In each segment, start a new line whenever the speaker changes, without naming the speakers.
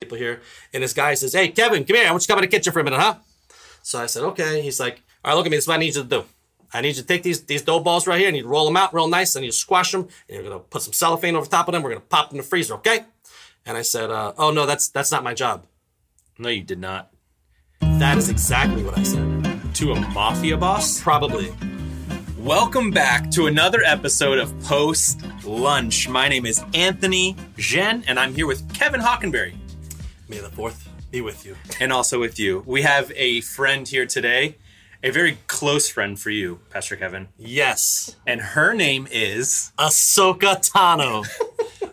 people here. And this guy says, Hey, Kevin, come here. I want you to come in the kitchen for a minute, huh? So I said, Okay. He's like, All right, look at me. This is what I need you to do. I need you to take these these dough balls right here and you roll them out real nice and you squash them and you're gonna put some cellophane over top of them. We're gonna pop them in the freezer, okay? And I said, uh, Oh no, that's that's not my job.
No, you did not.
That is exactly what I said.
To a mafia boss?
Probably.
Welcome back to another episode of Post Lunch. My name is Anthony Jen, and I'm here with Kevin Hockenberry.
May the fourth be with you.
and also with you. We have a friend here today, a very close friend for you, Pastor Kevin.
Yes.
And her name is
Ahsoka Tano.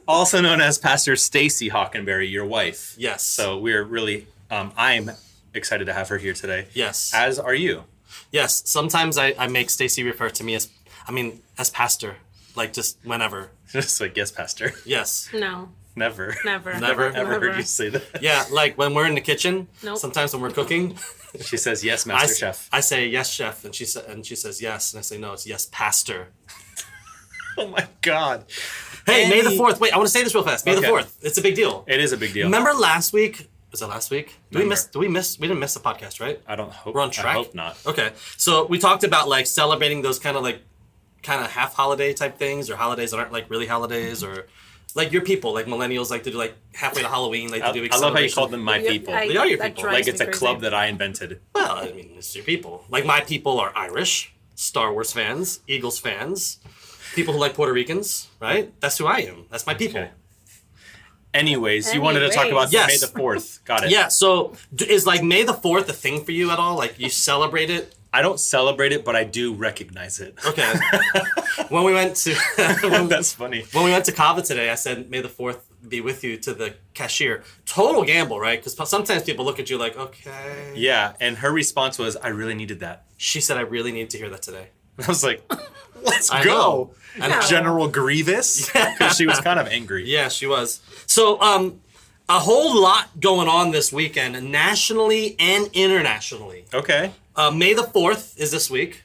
also known as Pastor Stacy Hockenberry, your wife.
Yes.
So we're really, um, I'm excited to have her here today.
Yes.
As are you.
Yes, sometimes I, I make Stacy refer to me as, I mean, as pastor, like just whenever.
Just like, yes, Pastor.
Yes.
No,
Never.
never.
Never,
Ever heard
Never.
you say that?
Yeah, like when we're in the kitchen,
Nope.
sometimes when we're cooking,
She says, yes,
I,
Master
s-
Chef.
I say yes, chef, and she sa- and she says yes, and I say no, it's yes, pastor.
Oh my God.
Hey, May the
Any-
fourth. Wait, I want to say this real fast. May the
Okay.
fourth. It's a big deal.
It is a big deal.
Remember last week? Was it last week? Did we
Remember.
miss? Did we miss? We didn't miss the podcast, right?
I don't hope
We're on track.
I hope not.
Okay, so we talked about like celebrating those kind of like kind of half holiday type things, or holidays that aren't like really holidays, or like your people, like millennials, like to do like halfway to Halloween, like
I,
to do. big
I love how you
celebration.
called them my
Yep,
people.
I-
They are your
that
people.
drives
like
me
it's a
crazy.
club that I invented.
Well, I mean, it's your people. Like my people are Irish, Star Wars fans, Eagles fans, people who like Puerto Ricans. Right? That's who I am. That's my people.
Okay. Anyways, you wanted to talk about
Anyways.
the
Yes.
May the Fourth. Got it.
Yeah. So d- is like May the Fourth a thing for you at all? Like you celebrate it?
I don't celebrate it, but I do recognize it.
Okay. when we went to when,
That's funny.
when we went to Kava today, I said, "May the Fourth be with you." To the cashier, total gamble, right? Because sometimes people look at you like, "Okay."
Yeah, and her response was, "I really needed that."
She said, "I really need to hear that today."
I was like, "Let's
I
go,
know. I know.
General Grievous," because she was kind of angry.
Yeah, she was. So, um, a whole lot going on this weekend, nationally and internationally.
Okay.
Uh, May the Fourth is this week.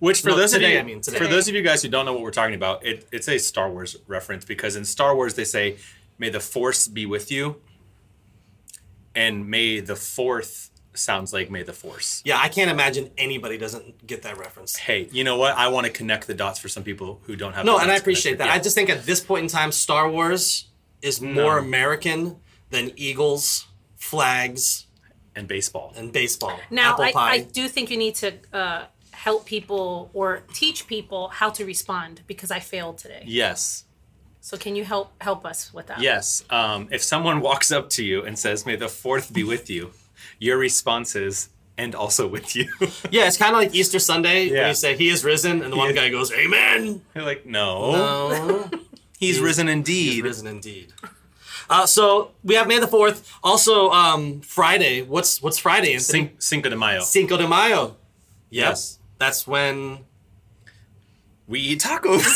Which for
No,
those of
today,
you,
I mean, today.
for those of you guys who don't know what we're talking about, it, it's a Star Wars reference because in Star Wars they say, "May the Force be with you," and "May the Fourth sounds like "May the Force."
Yeah, I can't imagine anybody doesn't get that reference.
Hey, you know what? I want to connect the dots for some people who don't have.
No,
the
and I
dots
appreciate
connected.
that.
Yeah.
I just think at this point in time, Star Wars is more American than eagles, flags,
and baseball.
and baseball.
Now,
apple
I,
pie.
I do think you need to uh, help people or teach people how to respond because I failed today.
Yes.
So can you help help us with that?
Yes. Um, if someone walks up to you and says, May the fourth be with you, your response is, and also with you.
yeah, it's kind of like Easter Sunday when
Yeah.
you say He is risen, and the one
is-
guy goes, "Amen."
You're like, no,
Oh.
he's, risen indeed.
He's risen indeed. Uh, so we have May the Fourth. Also, um, Friday. What's what's Friday? Anthony?
Cin- Cinco de Mayo.
Cinco de Mayo.
Yes.
that's when.
we eat tacos.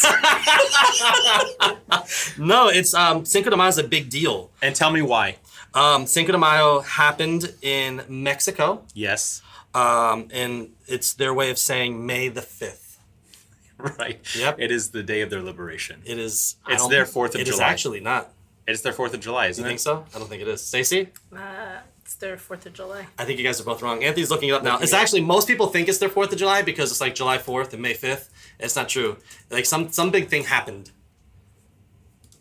No, it's um, Cinco de Mayo is a big deal.
and tell me why.
Um, Cinco de Mayo happened in Mexico,
Yes.
um, and it's their way of saying May the Fifth.
Right.
Yep.
It is the day of their liberation.
It is. I
It's
don't-
their 4th of
It is
July.
actually not.
It's their 4th of July, isn't
You
it?
think so? I don't think it is. Stacy,
It's their Fourth of July.
I think you guys are both wrong. Anthony's looking it up now.
Looking
It's
it up.
actually most people think it's their Fourth of July because it's like July Fourth and May Fifth. It's not true. Like some some big thing happened.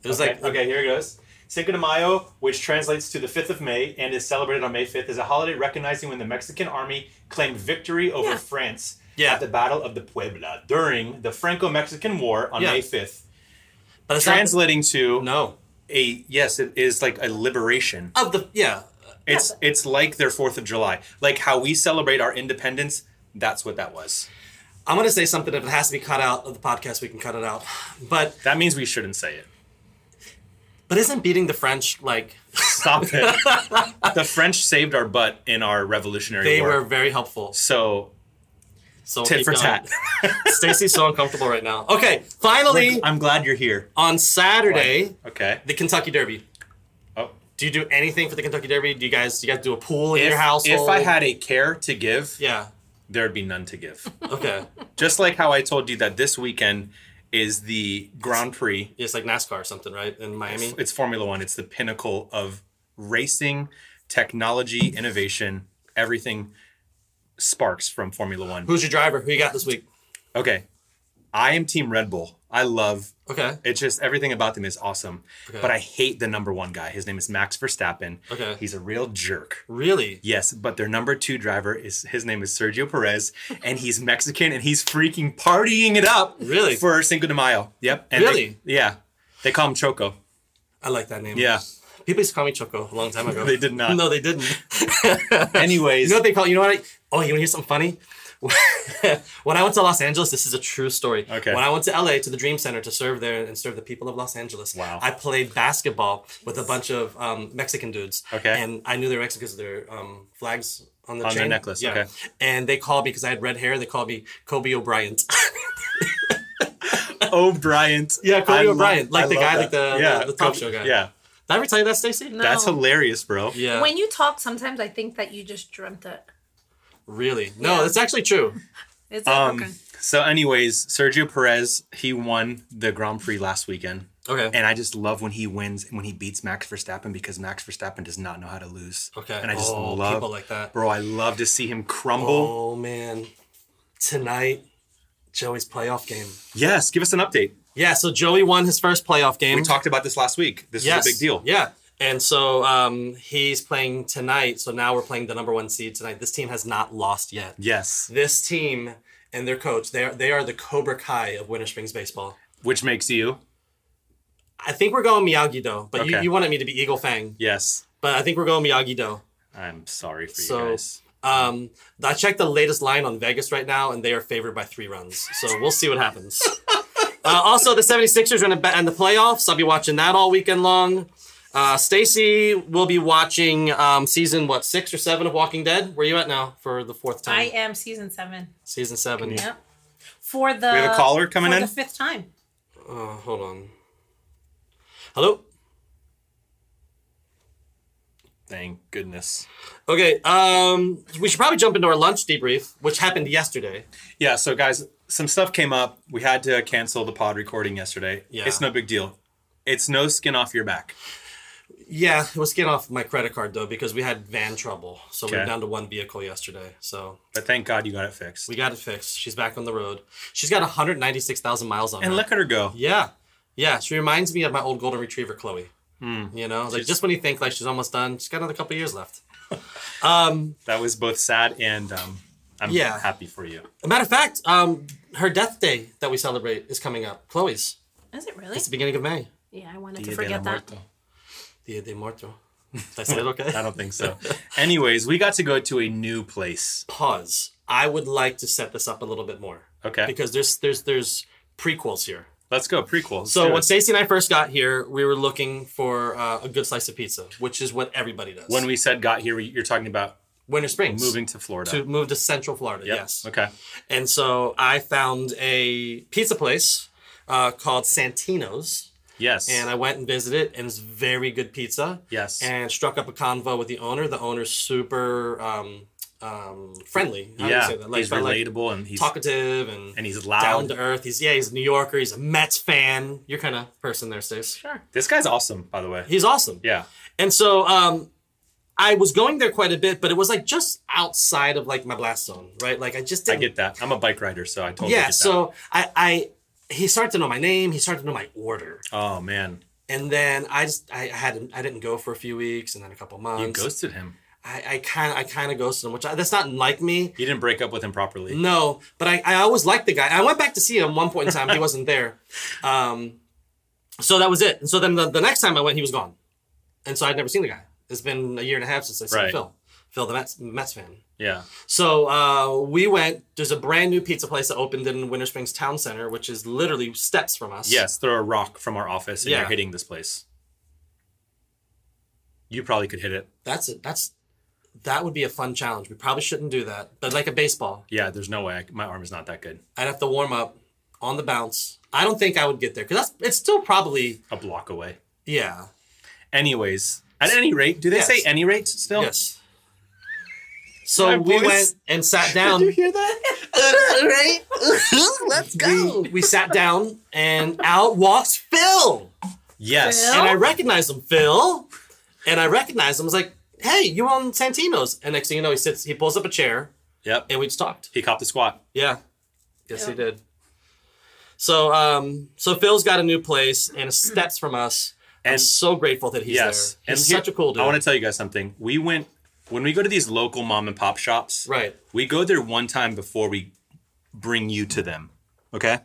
It was
Okay,
like
okay, here it goes. Cinco de Mayo, which translates to the 5th of May and is celebrated on May 5th, is a holiday recognizing when the Mexican army claimed victory over
Yeah.
France
Yeah.
at the Battle of the Puebla during the Franco Mexican War on
Yeah.
May 5th.
but it's
Translating to
Not, no.
a, yes, it is like a liberation.
Of the yeah.
It's, it's like their 4th of July. Like how we celebrate our independence, that's what that was.
I'm gonna say something. If it has to be cut out of the podcast, we can cut it out. But
That means we shouldn't say it.
but isn't beating the French like
Stop it. the French saved our butt in our Revolutionary
they were
War.
very helpful.
so
So
tit
keep
for
going.
tat.
Stacy's so uncomfortable right now. Okay, finally
I'm glad you're here.
on Saturday,
Okay.
the Kentucky Derby.
Oh.
Do you do anything for the Kentucky Derby? Do you guys do you guys do a pool in
If,
your house?
if I had a care to give,
yeah.
there'd be none to give.
Okay.
Just like how I told you that this weekend is the Grand Prix.
It's like NASCAR or something, right? In Miami.
It's Formula One. It's the pinnacle of racing, technology, innovation, everything sparks from Formula One.
Who's your driver? Who you got this week?
Okay. I am Team Red Bull. I love
Okay.
it's just everything about them is awesome.
Okay.
But I hate the number one guy. His name is Max Verstappen.
Okay.
He's a real jerk.
Really?
Yes, but their number two driver is his name is Sergio Perez, and he's Mexican and he's freaking partying it up.
Really?
For Cinco de Mayo. Yep. And they-
Really?
yeah. They call him Choco.
I like that name.
Yeah.
People used to call me Choco a long time ago.
They did not.
No, they didn't. You
Anyways,
know what they call? You know what? I, oh, you want to hear something funny? when I went to Los Angeles, this is a true story.
Okay.
When I went to LA to the Dream Center to serve there and serve the people of Los Angeles,
Wow.
I played basketball with a bunch of um, Mexican dudes.
Okay.
And I knew they were Mexican because of their um, flags on the
On their
chain.
necklace, okay.
And they called me because I had red hair. They called me Kobe O'Brien.
O'Brien.
Yeah, Kobe
I love-
O'Brien, like
I
the
love
guy, like the-
yeah,
the- the talk
Kobe-
show guy.
Yeah.
Did I ever tell you that, Stacey?
No.
That's hilarious, bro.
Yeah.
When you talk, sometimes I think that you just dreamt it.
really? No,
Yeah.
that's actually true.
It's
Um,
okay.
So, anyways, Sergio Perez, he won the Grand Prix last weekend.
Okay.
And I just love when he wins and when he beats Max Verstappen because Max Verstappen does not know how to lose.
Okay.
And I just
Oh,
love
people like that.
Bro, I love to see him crumble.
Oh man, tonight Joey's playoff game.
Yes, give us an update.
Yeah, so Joey won his first playoff game.
We talked about this last week. This
Mm. Yes.
is a big deal.
Yeah. And so um, he's playing tonight. So now we're playing the number one seed tonight. This team has not lost yet.
Yes.
This team and their coach, they are, they are the Cobra Kai of Winter Springs baseball.
Which makes you.
I think we're going Miyagi Do, but you,
Okay.
you wanted me to be Eagle Fang.
Yes.
But I think we're going Miyagi Do.
I'm sorry for
So-
you guys.
Um, I checked the latest line on Vegas right now, and they are favored by three runs. So we'll see what happens. uh, also, the 76ers are in the, in the playoffs. I'll be watching that all weekend long. Uh, Stacy will be watching um, season, what, six or seven of Walking Dead? Where you at now for the fourth time?
I am season seven.
season seven.
Yep. For the
We have a caller coming
for
in?
the fifth time.
Uh, hold on. Hello?
Thank goodness.
Okay, um, we should probably jump into our lunch debrief, which happened yesterday.
Yeah, so guys, some stuff came up. We had to cancel the pod recording yesterday.
Yeah.
It's no big deal. It's no skin off your back.
Yeah, it was getting off my credit card, though, because we had van trouble. So we were
Okay.
down to one vehicle yesterday. So
But thank God you got it fixed.
We got it fixed. She's back on the road. She's got 196,000 miles on
and
her.
look at her go.
yeah. Yeah. She reminds me of my old golden retriever, Chloe.
Hmm.
You know, like just when you think like she's almost done, she's got another couple of years left.
That was both sad and um, I'm
Yeah.
happy for you.
A matter of fact, um, her death day that we celebrate is coming up. Chloe's.
Is it really?
It's the beginning of May.
Yeah, I wanted
Dia
to
de
forget
la
that.
Muerto.
Dia de Muerto. Did I say it okay?
I don't think so. Anyways, we got to go to a new place.
Pause. I would like to set this up a little bit more.
Okay.
Because there's there's there's prequels here.
Let's go prequel. Let's
So
do
when
it.
Stacey and I first got here, we were looking for uh, a good slice of pizza, which is what everybody does.
when we said got here, we- you're talking about
Winter Springs.
moving to Florida.
to move to Central Florida.
Yep.
Yes.
Okay.
And so I found a pizza place uh, called Santino's,
Yes.
and I went and visited, and it's very good pizza.
Yes.
And struck up a convo with the owner. The owner's super um, um, friendly. How do you
yeah.
say that? Like,
he's
but, like,
relatable and he's
talkative, and,
and he's loud.
down to earth. He's yeah, he's a New Yorker. He's a Mets fan. Your kind of person there, Stace.
Sure.
this guy's awesome, by the way.
He's awesome.
yeah.
And so um, I was going there quite a bit, but it was like just outside of like my blast zone, right? Like I just
I
didn't
get that. I'm a bike rider, so I totally get
yeah
that.
so I, I he started to know my name he started to know my order
oh man,
and then i just i hadn't i didn't go for a few weeks and then a couple months
you ghosted him.
i i kind of i kind of ghosted him which I, that's not like me
You didn't break up with him properly.
no but i i always liked the guy i went back to see him at one point in time he wasn't there um so that was it and so then the, the next time i went he was gone and so i'd never seen the guy it's been a year and a half since i seen
Right.
phil phil the mets, mets fan
Yeah.
So uh, we went. There's a brand new pizza place that opened in Winter Springs Town Center, which is literally steps from us.
Yes, throw a rock from our office and
Yeah.
you're hitting this place. You probably could hit it.
that's it. That's that would be a fun challenge. We probably shouldn't do that, but like a baseball,
Yeah, there's no way. I, my arm is not that good.
I'd have to warm up on the bounce. I don't think I would get there because that's it's still probably
A block away.
yeah
Anyways, at any rate, do they
Yes.
say any rate still?
yes. So
My
we
voice.
went and sat down.
hear that?
right?
Let's
We, we sat down and out walks Phil,
Yes.
Phil?
and I recognized him, Phil. And I recognized him. I was like, hey, you on Santino's? And next thing you know, he sits, he pulls up a chair,
Yep.
and we just talked.
He copped the squat.
Yeah. Yes, he
Yeah.
did. So, um, so Phil's got a new place and it's steps from us. I'm
And-
so grateful that he's
yes.
there.
And
He's
here-
such a cool dude.
I want to tell you guys something. We went when we go to these local mom and pop shops.
right.
We go there one time before we bring you to them. Okay.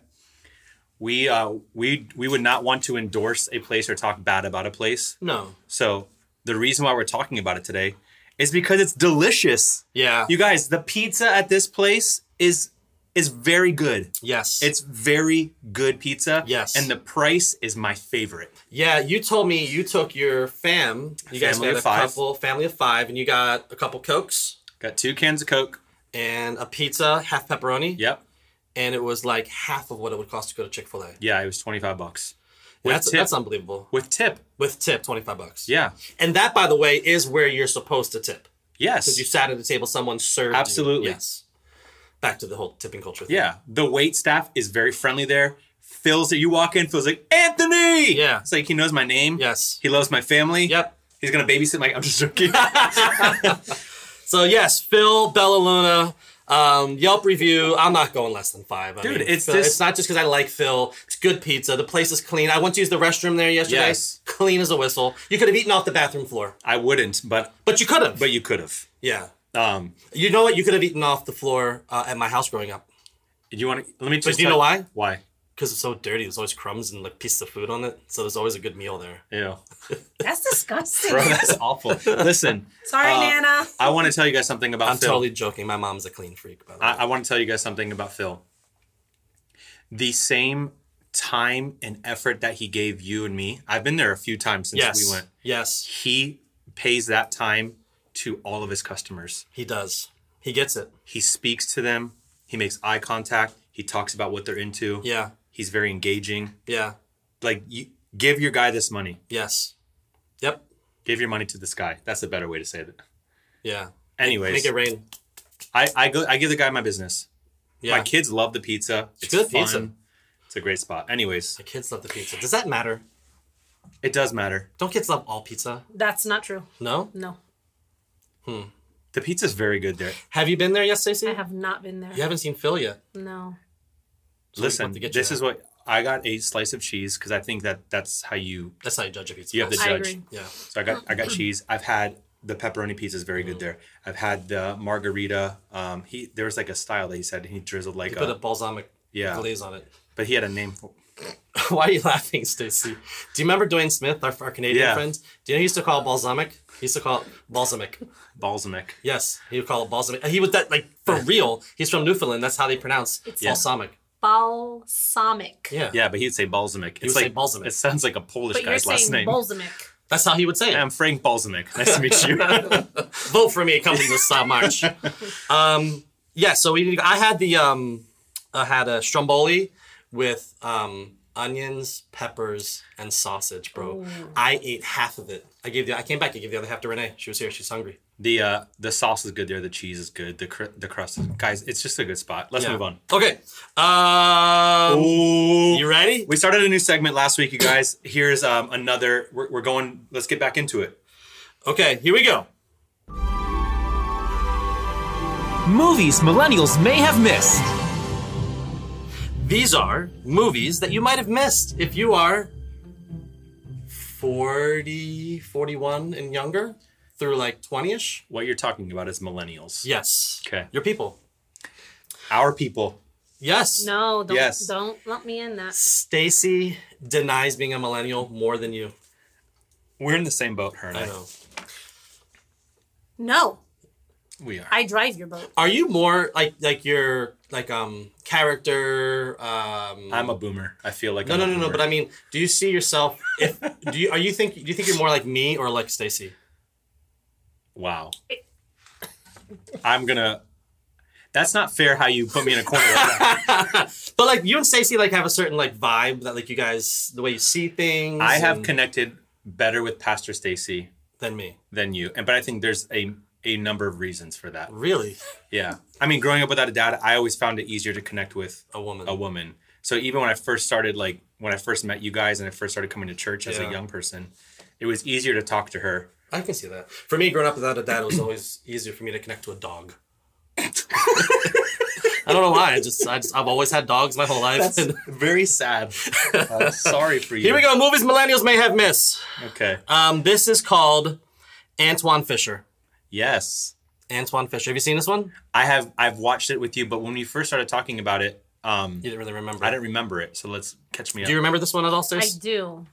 We uh we we would not want to endorse a place or talk bad about a place.
No.
So the reason why we're talking about it today is because it's delicious.
Yeah.
You guys, the pizza at this place is is very good.
yes.
It's very good pizza.
Yes.
And the price is my favorite.
yeah. You told me you took your fam. You guys
Family
got
of
a
five.
couple family of five, and you got a couple cokes
Got two cans of Coke.
and a pizza, half pepperoni.
Yep.
And it was like half of what it would cost to go to Chick Fil A.
Yeah, it was 25 bucks. With
That's
tip.
that's unbelievable.
With tip.
With tip, twenty five bucks.
Yeah.
And that, by the way, is where you're supposed to tip. Because
Yes.
you sat at a table, someone served you.
Absolutely.
Yes. Back to the whole tipping culture thing.
yeah. The wait staff is very friendly there. Phil's that you walk in, Phil's like, Anthony.
Yeah.
It's like he knows my name.
Yes.
He loves my family.
Yep.
He's gonna babysit my I'm just joking.
So yes, Phil Bellaluna. Um, Yelp review. I'm not going less than five. I
Dude,
mean,
it's
Phil-
just-
it's not just because I like Phil. It's good pizza. The place is clean. I went to use the restroom there yesterday.
Yes.
Clean as a whistle. You could have eaten off the bathroom floor,
I wouldn't, but
but you could have.
but you could have.
yeah,
Um
you know what? You could have eaten off the floor uh, at my house growing up
do you wanna let me just
do you
tell-
know why?
Why?
because it's so dirty. There's always crumbs and like pieces of food on it, so there's always a good meal there.
Ew.
That's disgusting.
Bro, that's awful. Listen,
Sorry,
Uh,
Nana.
I want to tell you guys something about
I'm
Phil.
totally joking. My mom's a clean freak, by the way.
I, I want to tell you guys something about Phil. The same time and effort that he gave you and me, I've been there a few times since
yes,
we went.
yes,
He pays that time to all of his customers.
he does. He gets it.
He speaks to them, he makes eye contact, he talks about what they're into.
Yeah,
He's very engaging.
yeah,
Like, you, give your guy this money.
yes, yep,
Give your money to this guy. That's a better way to say that.
yeah.
Anyways,
Make it rain.
I, I go I give the guy my business.
Yeah.
My kids love the pizza. It's,
good
fun.
pizza.
It's a great spot. Anyways,
The kids love the pizza. Does that matter?
it does matter.
Don't kids love all pizza?
That's not true.
No.
No,
The pizza's very good there.
Have you been there yet, Stacey?
I have not been there.
You haven't seen Phil yet.
No.
So we
Listen,
want to get you
this
that.
is what I got a slice of cheese because I think that that's how you.
That's how you judge a pizza.
You have
place.
the
I
judge.
agree.
yeah.
So I got I got cheese. I've had the pepperoni pizza is very
Mm.
good there. I've had the margarita. Um, he there was like a style that he said he drizzled like
You put a
a,
balsamic
Yeah.
glaze on it.
but he had a name for.
Why are you laughing, Stacey? Do you remember Dwayne Smith, our, our Canadian
Yeah.
friend? Do you know he used to call it balsamic? He used to call it balsamic.
Balsamic.
Yes, he would call it balsamic. And he was that like for real. He's from Newfoundland. That's how they pronounce
It's- Yeah.
balsamic.
Balsamic.
Yeah.
Yeah, but he'd say balsamic. It's
would
like
say balsamic.
It sounds like a Polish
But you're
guy's last
saying
name.
balsamic.
that's how he would say it.
I'm Frank Balsamic. Nice to meet you.
Vote for me coming this uh, March. um, yeah, so we I had the um, I had a stromboli with um, onions, peppers, and sausage, bro. I ate half of it. I gave the I came back. I gave the other half to Renee. She was here. She's hungry.
The uh, the sauce is good there. The cheese is good. The cr- the crust, is- guys, it's just a good spot. Let's
Yeah.
move on.
Okay. Um,
Ooh.
you ready?
We started a new segment last week, you guys. Here's um, another. We're, we're going. Let's get back into it.
Okay. Here we go.
Movies millennials may have missed.
These are movies that you might have missed if you are 40, 41 and younger through like 20ish.
What you're talking about is millennials.
Yes.
Okay.
Your people.
Our people.
Yes.
No, don't
Yes.
don't lump me in that.
Stacy denies being a millennial more than you.
We're in the same boat, her and I.
I know.
No,
We are.
I drive your boat.
Are you more like like your like um character um
I'm a boomer. I feel like
No,
I'm
no,
a
no, no,
boomer.
but I mean, do you see yourself if do you are you think do you think you're more like me or like Stacy?
wow. I'm gonna. That's not fair. How you put me in a corner? Like that.
But like you and Stacy like have a certain like vibe that like you guys the way you see things
I have
and-
connected better with Pastor Stacy
than me.
than you, and but I think there's a a number of reasons for that.
Really?
Yeah. I mean, growing up without a dad, I always found it easier to connect with
A woman.
a woman. So even when I first started, like when I first met you guys and I first started coming to church as
Yeah.
a young person, it was easier to talk to her
I can see that. For me, growing up without a dad, it was always easier for me to connect to a dog. I don't know why. I just, I just, I've always had dogs my whole life.
That's very sad. I'm sorry for you.
Uh, Here we go. Movies millennials may have missed.
Okay.
Um, this is called Antoine Fisher.
yes.
Antoine Fisher. Have you seen this one?
I have I've watched it with you, but when we first started talking about it, um
You didn't really remember.
I didn't remember it. So let's catch me up.
Do you remember this one at all,
I
Stairs?
do.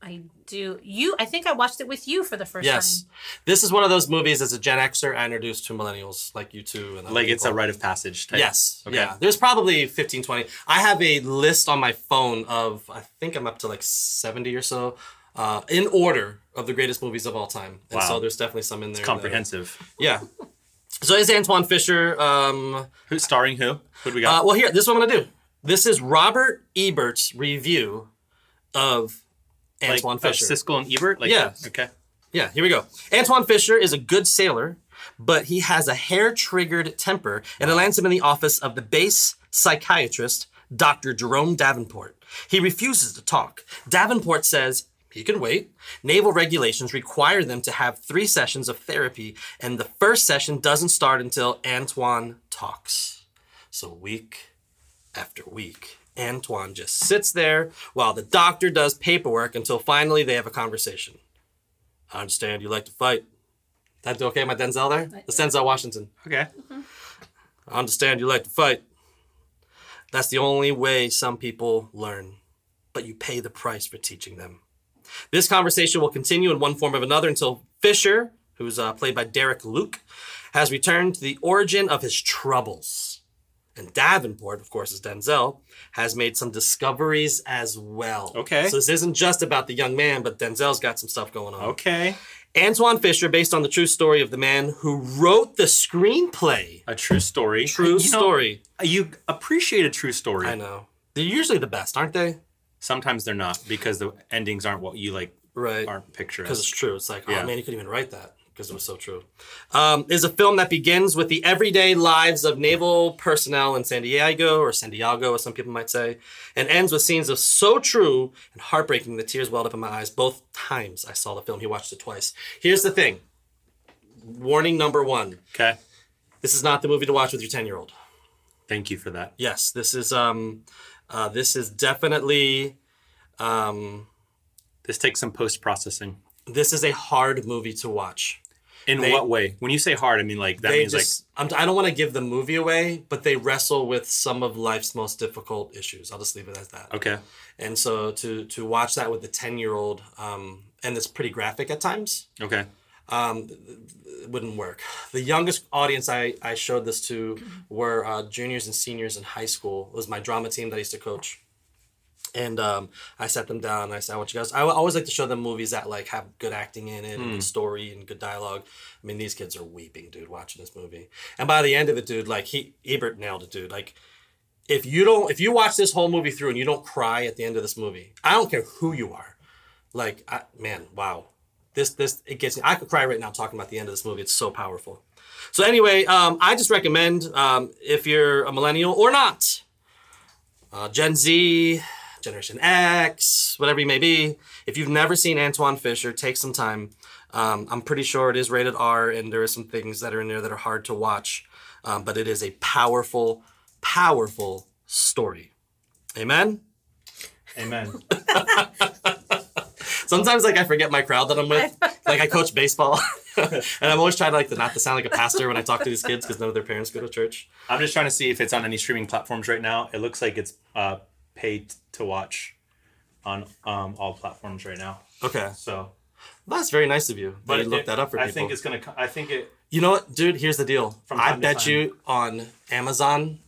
I do. You, I think I watched it with you for the first
Yes.
time.
This is one of those movies as a Gen Xer I introduced to millennials like you two. And other
like it's a
people.
rite of passage type.
Yes.
Okay.
Yeah. There's probably 15, 20. I have a list on my phone of, I think I'm up to like 70 or so, uh, in order of the greatest movies of all time. And
Wow.
so there's definitely some in there. that-
Comprehensive.
yeah. So it's Antoine Fisher. Um,
Who's starring who? Who do we
uh,
got?
well, here, this is what I'm going to do. This is Robert Ebert's review of
like,
Antoine
uh,
Fisher.
Siskel and Ebert? Like
Yeah.
Okay.
Yeah, here we go. Antoine Fisher is a good sailor, but he has a hair triggered temper, and it lands him in the office of the base psychiatrist, Dr. Jerome Davenport. He refuses to talk. Davenport says he can wait. Naval regulations require them to have three sessions of therapy, and the first session doesn't start until Antoine talks. So, week after week, Antoine just sits there while the doctor does paperwork until finally they have a conversation. I understand you like to fight. That do okay, my Denzel there? The Denzel Washington.
Okay.
I understand you like to fight. That's the only way some people learn, but you pay the price for teaching them. This conversation will continue in one form of another until Fisher, who's uh, played by Derek Luke, has returned to the origin of his troubles. And Davenport, of course, is Denzel, has made some discoveries as well.
Okay.
So this isn't just about the young man, but Denzel's got some stuff going on.
Okay.
Antoine Fisher, based on the true story of the man who wrote the screenplay.
A true story.
True
You know,
story.
you appreciate a true story.
I know. They're usually the best, aren't they?
Sometimes they're not because the endings aren't what you like
Right.
aren't
Because it's
picturesque.
true. It's like,
Yeah.
oh man, you couldn't even write that because it was so true. Um, is a film that begins with the everyday lives of naval personnel in San Diego, or San Diego, as some people might say, and ends with scenes of so true and heartbreaking the tears welled up in my eyes both times I saw the film. He watched it twice. Here's the thing warning number one
Okay.
this is not the movie to watch with your 10 year old.
Thank you for that.
Yes, this is um, uh, this is definitely um,
This takes some post processing.
this is a hard movie to watch.
In what way? When you say hard, I mean like that
They
means
just I'm, I don't want to give the movie away, but they wrestle with some of life's most difficult issues. I'll just leave it as that.
like okay.
And so to to watch that with the 10 year old um, and it's pretty graphic at times.
Okay.
it wouldn't work. The youngest audience I, I showed this to were uh, juniors and seniors in high school. It was my drama team that I used to coach. And um, I sat them down and I said, I want you guys, I always like to show them movies that like have good acting in it and good story and good dialogue. I mean, these kids are weeping, dude, watching this movie. And by the end of it, dude, like he, Ebert nailed it, dude. Like if you don't, if you watch this whole movie through and you don't cry at the end of this movie, I don't care who you are. Like, I, man, wow this this it gets me. I could cry right now talking about the end of this movie. It's so powerful. So anyway, um, I just recommend um, if you're a millennial or not, uh, Gen Z, Generation X, whatever you may be, if you've never seen Antoine Fisher, take some time. Um, I'm pretty sure it is rated R, and there are some things that are in there that are hard to watch, um, but it is a powerful, powerful story. Amen.
Amen.
Sometimes like I forget my crowd that I'm with. like I coach baseball, and I'm always trying to like to not to sound like a pastor when I talk to these kids because none of their parents go to church.
I'm just trying to see if it's on any streaming platforms right now. It looks like it's uh, paid to watch on um, all platforms right now.
Okay,
So,
that's very nice of you. But you
it-
looked that up for
I
people.
think it's gonna. co- I think it.
you know what, dude? Here's the deal.
From
I
time to
bet
time.
you on Amazon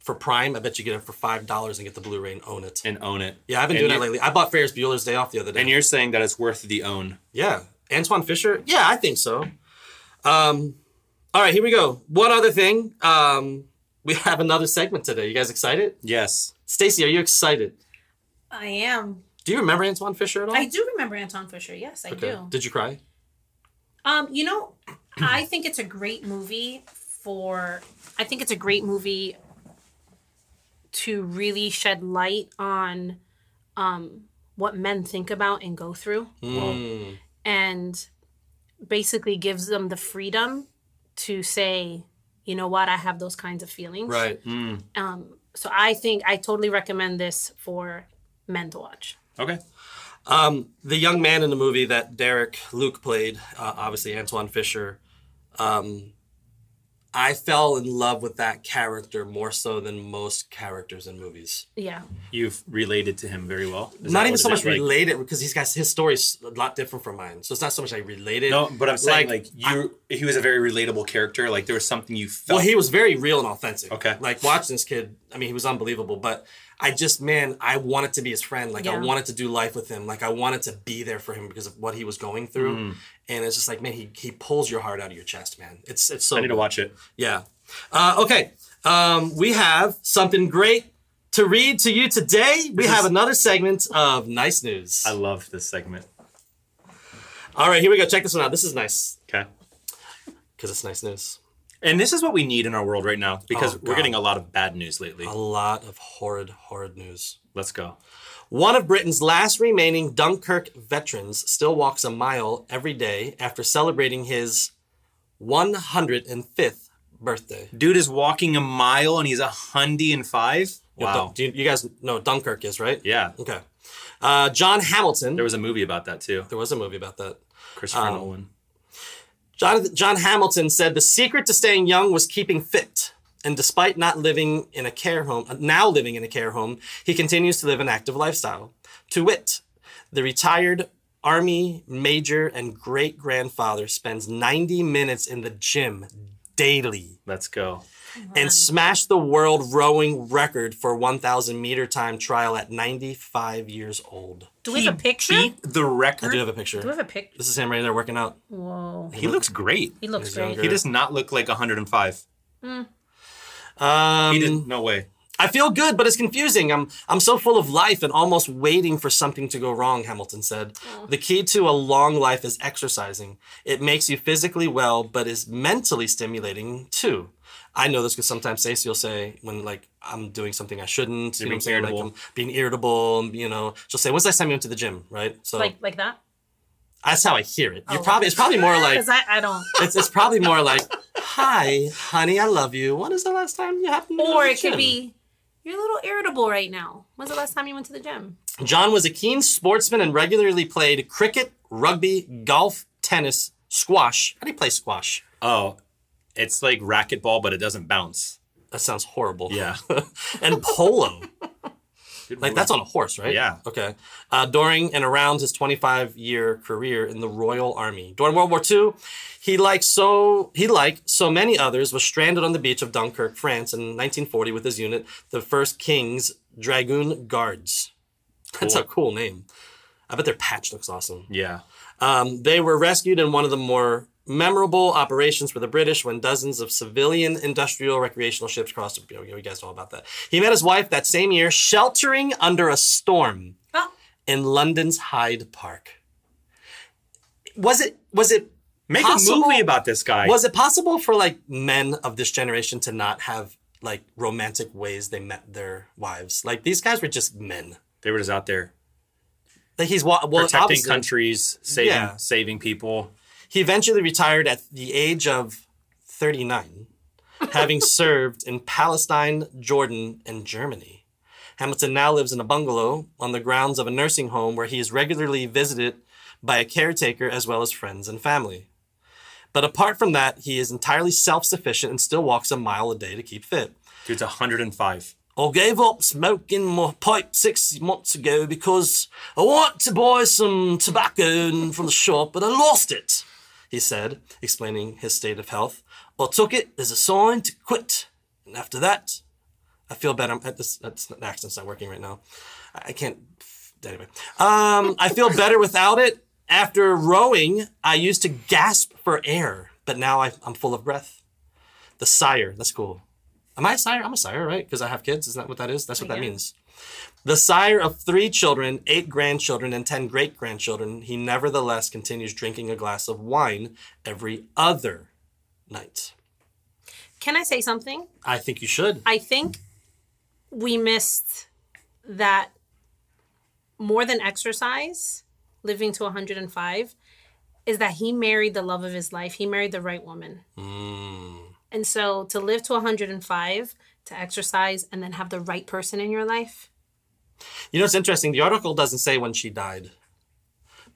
for Prime. I bet you get it for five dollars and get the Blu-ray and own it.
And own it.
yeah, I've been
And
doing that
you-
lately. I bought Ferris Bueller's Day Off the other day.
And you're saying that it's worth the own.
Yeah. Antoine Fisher? Yeah, I think so. Um, all right, here we go. One other thing. Um, we have another segment today. You guys excited?
Yes.
Stacy, are you excited?
I am.
Do you remember Antoine Fisher at all?
I do remember Anton Fisher. Yes, I do.
Did you cry?
Um, you know, I think it's a great movie for I think it's a great movie to really shed light on um
Hmm.
what men think about and go through. And basically gives them the freedom to say, you know what, I have those kinds of feelings.
Right. Mm.
Um, so I think I totally recommend this for men to watch.
Okay.
Um, the young man in the movie that Derek Luke played, uh, obviously Antoine Fisher, um, I fell in love with that character more so than most characters in movies.
Yeah.
You've related to him very well. Is that
not
what
even so
it
much
is? Like-
related because he's got his story's a lot different from mine. So it's not so much I related.
No, but I'm saying
Like,
like, you, he was a very relatable character. Like there was something you felt.
Well, he was very real and authentic.
Okay.
Like watching this kid, I mean, he was unbelievable, but I just, man, I wanted to be his friend. Like, I
Yeah.
wanted to do life with him. Like, I wanted to be there for him because of what he was going through.
Mm.
And it's just like, man, he, he pulls your heart out of your chest, man. It's, it's so.
I need to watch it.
Yeah. Uh, okay. Um, we have something great to read to you today. We have another segment of Nice News.
I love this segment.
All right, here we go. Check this one out. This is nice
Okay.
because it's nice news.
And this is what we need in our world right now because
Oh,
we're
God. Oh.
getting a lot of bad news lately.
A lot of horrid, horrid news.
Let's go.
One of Britain's last remaining Dunkirk veterans still walks a mile every day after celebrating his 105th birthday.
Dude is walking a mile and he's a hundy and five.
You know,
Wow.
Dun- do you, you guys know what Dunkirk is, right?
Yeah.
Okay. Uh, John Hamilton.
There was a movie about that too.
there was a movie about that.
Christopher
Oh.
Nolan.
John, John Hamilton said the secret to staying young was keeping fit. And despite not living in a care home, uh, now living in a care home, he continues to live an active lifestyle. To wit, the retired Army major and great grandfather spends 90 minutes in the gym daily
Let's go.
and smashed the world rowing record for 1,000 meter time trial at 95 years old.
Do we have a picture?
Beat the
I
record.
do have a
Do we
picture.
have a pic?
This is him right there working out.
Whoa.
he looks great.
He looks
He's
great.
He
younger.
does not look like 105.
Um,
He didn't. No way.
I feel good, but it's confusing. I'm I'm so full of life and almost waiting for something to go wrong, Hamilton said. The key to a long life is exercising. It makes you physically well, but is mentally stimulating too. I know this because sometimes Stacey will say when like I'm doing something I shouldn't, you know what I'm
being
saying? Like
irritable.
I'm being irritable, and, you know. She'll say, When's the last time you went to the gym? Right? So
Like like that?
that's how I hear it. You
Oh.
probably it's probably more like
Because I, I don't.
it's, it's probably more like, Hi, honey, I love you. When is the last time you happened to go to
Or
the
it could
gym?"
be you're a little irritable right now. When's the last time you went to the gym?
John was a keen sportsman and regularly played cricket, rugby, golf, tennis, squash. How do you play squash?
Oh, it's like racquetball, but it doesn't bounce.
That sounds horrible.
Yeah.
and polo.
Good
Like
move.
that's on a horse, right?
Yeah.
Okay. Uh, during and around his 25-year career in the Royal Army, during World War II, he like so he like so many others was stranded on the beach of Dunkirk, France, in 1940 with his unit, the First King's Dragoon Guards. That's a cool name. I bet their patch looks awesome.
Yeah.
Um, they were rescued in one of the more memorable operations for the British when dozens of civilian industrial recreational ships crossed. You, know, you guys know about that. He met his wife that same year, sheltering under a storm
Oh,
in London's Hyde Park. Was it was it
Make
Possible-
a movie about this guy.
was it possible for like men of this generation to not have like romantic ways they met their wives? Like these guys were just men.
they were just out there
Like he's wa- well,
protecting
obviously-
countries, saving
Yeah.
saving people.
He eventually retired at the age of 39, having served in Palestine, Jordan, and Germany. Hamilton now lives in a bungalow on the grounds of a nursing home where he is regularly visited by a caretaker as well as friends and family. But apart from that, he is entirely self sufficient and still walks a mile a day to keep fit.
Dude's 105.
I gave up smoking my pipe six months ago because I want to buy some tobacco and- from the shop, but I lost it, he said, explaining his state of health. I took it as a sign to quit. And after that, I feel better. I'm at this, that's, the accent's not working right now. I I can't, anyway. Um, I feel better without it. After rowing, I used to gasp for air, but now I, I'm full of breath. The sire, that's cool. Am I a sire? I'm a sire, right? Because I have kids. Isn't that what that is? That's what that
Yeah.
means. The sire of three children, eight grandchildren, and 10 great grandchildren, he nevertheless continues drinking a glass of wine every other night.
can I say something?
I think you should.
I think we missed that more than exercise, living to 105, is that he married the love of his life. He married the right woman. And so to live to 105, to exercise, and then have the right person in your life.
You know, it's interesting. The article doesn't say when she died.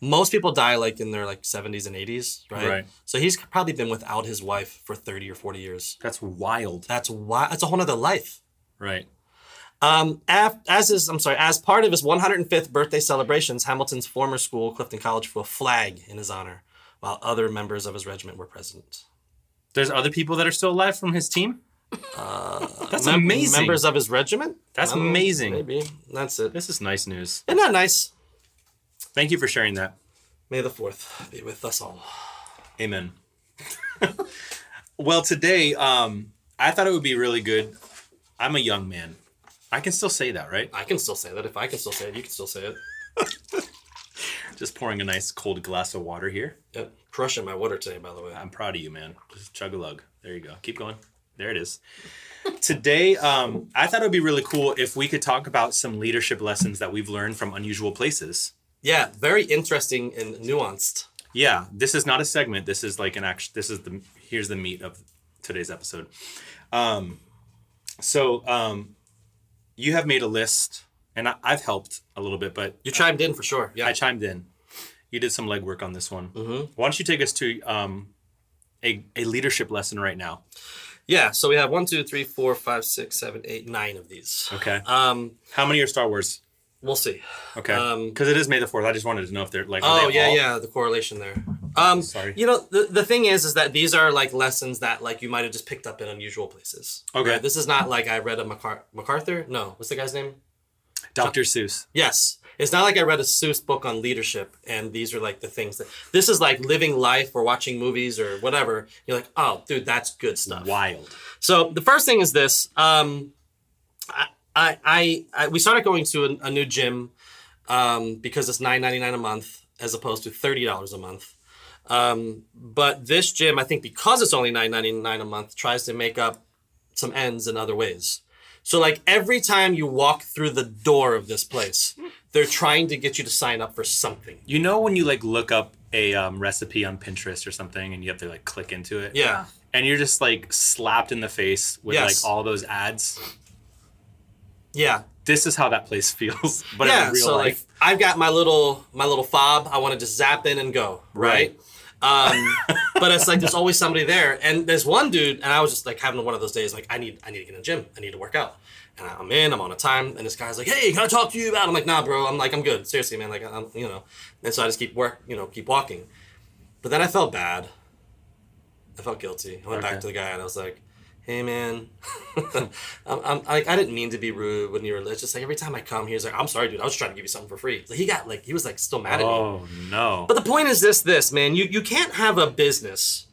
Most people die like in their like 70s and 80s, right?
Right.
So he's probably been without his wife for 30 or 40 years.
That's wild.
That's why. That's a whole nother life.
Right.
Um, af- as is, I'm sorry, as part of his 105th birthday celebrations, Hamilton's former school, Clifton College, flew a flag in his honor, while other members of his regiment were present.
There's other people that are still alive from his team. That's
Mem-
amazing.
Members of his regiment.
That's
I don't know,
amazing.
Maybe that's it.
This is nice news.
Isn't that nice?
Thank you for sharing that.
May the fourth be with us all.
Amen. well, today, um, I thought it would be really good. I'm a young man. I can still say that, right?
I can still say that. If I can still say it, you can still say it.
Just pouring a nice cold glass of water here.
Yep. Crushing my water today, by the way.
I'm proud of you, man. Just chug a lug. There you go. Keep going. There it is. Today, um, I thought it would be really cool if we could talk about some leadership lessons that we've learned from unusual places.
Yeah, very interesting and nuanced.
Yeah, this is not a segment. This is like an action. This is the here's the meat of today's episode. Um, so um, you have made a list, and I, I've helped a little bit, but
You chimed in for sure. Yeah.
Uh, I chimed in. You did some legwork on this one. Why don't you take us to um, a a leadership lesson right now?
yeah. So we have one, two, three, four, five, six, seven, eight, nine of these.
Okay.
Um,
How many are Star Wars?
we'll see.
Okay.
Um,
Because it is May the Fourth. I just wanted to know if they're like. are
Oh
they
yeah,
all-
yeah, the correlation there. Um,
Sorry.
You know, the, the thing is, is that these are like lessons that like you might have just picked up in unusual places.
Okay.
Right? This is not like I read a Macar- MacArthur. No, what's the guy's name?
Dr. Seuss.
Yes. It's not like I read a Seuss book on leadership and these are like the things that this is like living life or watching movies or whatever. You're like, oh, dude, that's good stuff.
Wild.
So the first thing is this. Um, I, I, I, I we started going to a, a new gym um, because it's nine ninety nine a month as opposed to thirty dollars a month. Um, but this gym, I think, because it's only nine ninety nine a month, tries to make up some ends in other ways. So like every time you walk through the door of this place, they're trying to get you to sign up for something.
You know when you like look up a um, recipe on Pinterest or something, and you have to like click into it.
Yeah.
and you're just like slapped in the face with
Yes.
like all those ads.
Yeah.
This is how that place feels, but in real life.
like I've got my little my little fob. I want to just zap in and go, right? Um, but it's like there's always somebody there, and there's one dude, and I was just like having one of those days, like I need I need to get in the gym, I need to work out, and I'm in, I'm on a time, and this guy's like, hey, can I talk to you about? I'm like, nah, bro, I'm like I'm good, seriously, man, like I'm you know, and so I just keep work, you know, keep walking, but then I felt bad, I felt guilty. I went back
Okay.
to the guy and I was like, hey man, I'm, I'm, I, I didn't mean to be rude when you were it's just like every time I come here, he's like, I'm sorry, dude, I was trying to give you something for free. Like, he got like, he was like still mad at me.
oh no!
But the point is this, this man, you you can't have a business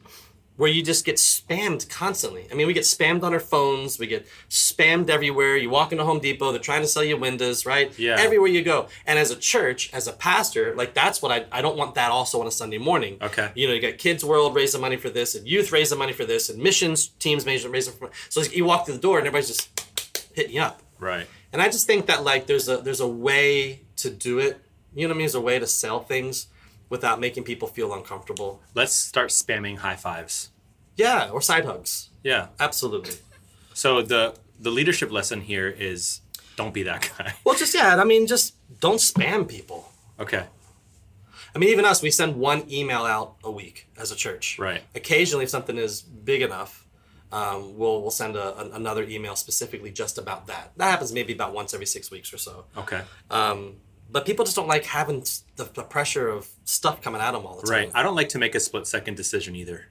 where you just get spammed constantly. I mean, we get spammed on our phones, we get spammed everywhere. You walk into Home Depot, they're trying to sell you windows, right?
Yeah.
Everywhere you go. And as a church, as a pastor, like that's what I I don't want that also on a Sunday morning.
Okay.
You know, you got Kids World raising money for this, and youth raising money for this, and missions teams raising raising for. So you walk through the door and everybody's just hitting you up.
right.
And I just think that like there's a there's a way to do it. You know what I mean? There's a way to sell things without making people feel uncomfortable.
Let's start spamming high fives.
Yeah, or side hugs.
Yeah.
Absolutely.
So the the leadership lesson here is don't be that guy.
Well, just yeah, I mean, just don't spam people.
Okay.
I mean, even us, we send one email out a week as a church.
Right.
Occasionally, if something is big enough, um, we'll we'll send a, an- another email specifically just about that. That happens maybe about once every six weeks or so.
Okay.
Um, but people just don't like having s- the, the pressure of stuff coming at them all the time,
Right. I don't like to make a split second decision either.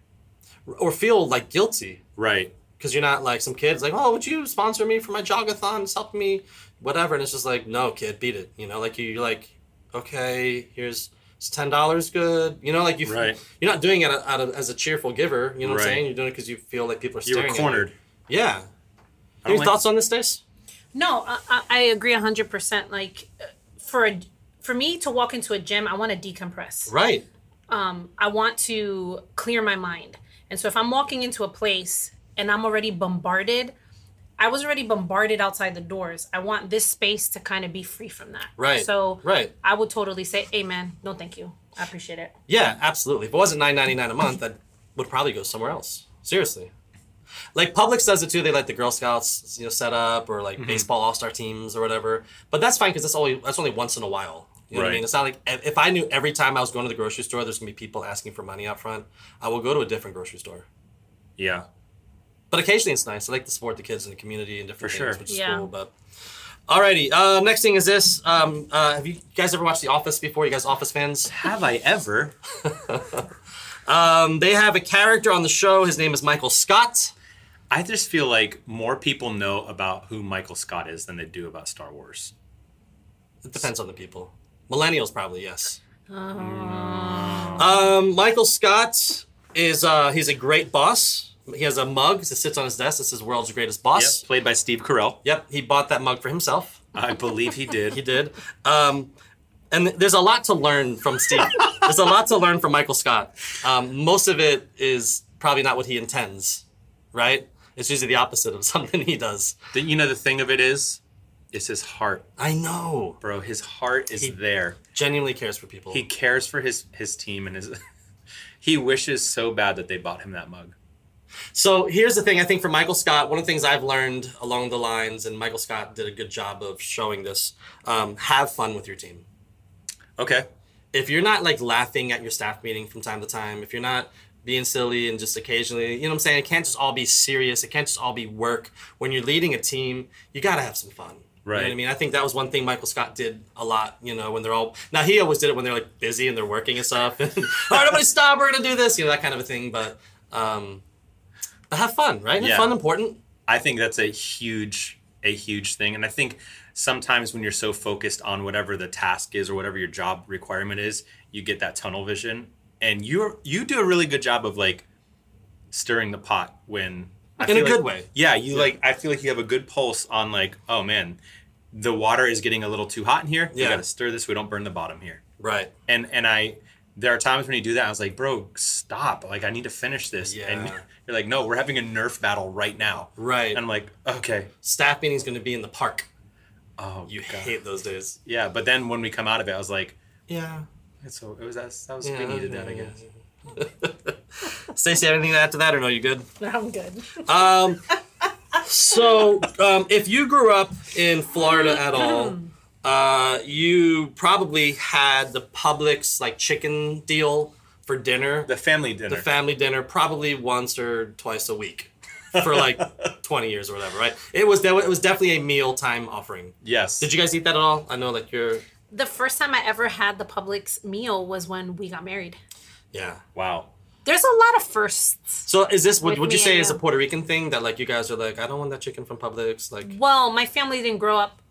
Or feel like guilty
Right.
because you're not like some kids like, oh, would you sponsor me for my jogathon? It's helping me, whatever. And it's just like, no, kid, beat it. You know, like you- you're like, okay, here's it's ten dollars, good. You know, like you,
Right.
you're not doing it out of, out of as a cheerful giver. You know what I'm
Right.
saying? You're doing it because you feel like people are
You
staring.
were
at
cornered.
you. Yeah.
don't
Any
like-
thoughts on this, Dace?
No, I, I- I agree 100%. Like, uh, for a for me to walk into a gym, I want to decompress.
Right.
I want to clear my mind. And so if I'm walking into a place and I'm already bombarded, I was already bombarded outside the doors. I want this space to kind of be free from that.
Right.
So
Right.
I would totally say, Amen. No, thank you. I appreciate it.
Yeah, absolutely. If it wasn't nine ninety nine a month, I would probably go somewhere else. Seriously. Like Publix does it too. They let the Girl Scouts, you know, set up or
Mm-hmm.
like baseball all star teams or whatever. But that's fine because that's only that's only once in a while. You know what I
Right.
mean? It's not like if if I knew every time I was going to the grocery store, there's gonna be people asking for money out front. I will go to a different grocery store.
Yeah.
But occasionally it's nice. I like to support the kids in the community and different
For
things,
sure.
which is
Yeah.
cool. But alrighty, um, next thing is this. Um, uh, have you guys ever watched The Office before? You guys Office fans?
Have I ever?
Um, they have a character on the show. His name is Michael Scott.
I just feel like more people know about who Michael Scott is than they do about Star Wars.
It depends on the people. Millennials, probably yes. Um, Michael Scott is uh, he's a great boss. He has a mug that sits on his desk. It says "World's Greatest Boss."
Played by Steve Carell.
Yep, he bought that mug for himself.
I believe he
He
did.
did. Um, and there's a lot to learn from Steve. there's a lot to learn from Michael Scott. Um, most of it is probably not what he intends, right? It's usually the opposite of something he does.
The- you know the thing of it is, it's his heart,
I know.
bro. His heart is
He-
there.
Genuinely cares for people.
He cares for his his team and his. he wishes so bad that they bought him that mug.
So here's the thing. I think for Michael Scott, one of the things I've learned along the lines, and Michael Scott did a good job of showing this: um, have fun with your team.
Okay.
If you're not like laughing at your staff meeting from time to time, if you're not being silly and just occasionally, you know what I'm saying? It can't just all be serious. It can't just all be work. When you're leading a team, you gotta have some fun. You know what I
Right.
mean? I think that was one thing Michael Scott did a lot, you know, when they're all now he always did it when they're like busy and they're working and stuff. all right, everybody stop, we're gonna do this, you know, that kind of a thing. But um but have fun, right? Isn't
Yeah.
fun important?
I think that's a huge a huge thing and I think sometimes when you're so focused on whatever the task is or whatever your job requirement is, you get that tunnel vision and you you do a really good job of like stirring the pot when I
In a
feel like-
good way.
Yeah, you like I feel like you have a good pulse on like, oh man, the water is getting a little too hot in here.
Yeah.
We got to stir this. We don't burn the bottom here.
Right.
And and I there are times when you do that I was like, "Bro, stop. Like I need to finish this." And
Yeah.
you're like, "No, we're having a nerf battle right now."
Right.
And I'm like, okay.
Staff meeting's going to be in the park.
Oh,
You
God.
hate those days.
Yeah, but then when we come out of it, I was like,
Yeah.
it's so it was that that was
Yeah,
we needed
yeah,
that, I
yeah,
guess.
Stacey, have anything to add to that, or no? You good?
I'm good.
Um, so, um, if you grew up in Florida at all, uh, you probably had the Publix like chicken deal for dinner,
The family dinner.
the family dinner, probably once or twice a week for like twenty years or whatever. Right? It was it was definitely a mealtime offering.
yes.
Did you guys eat that at all? I know, like you're,
The first time I ever had the Publix meal was when we got married.
yeah.
Wow.
There's a lot of firsts.
So is this what
With
would you
me,
say
I
is a
know.
Puerto Rican thing that like you guys are like I don't want that chicken from Publix like
Well, my family didn't grow up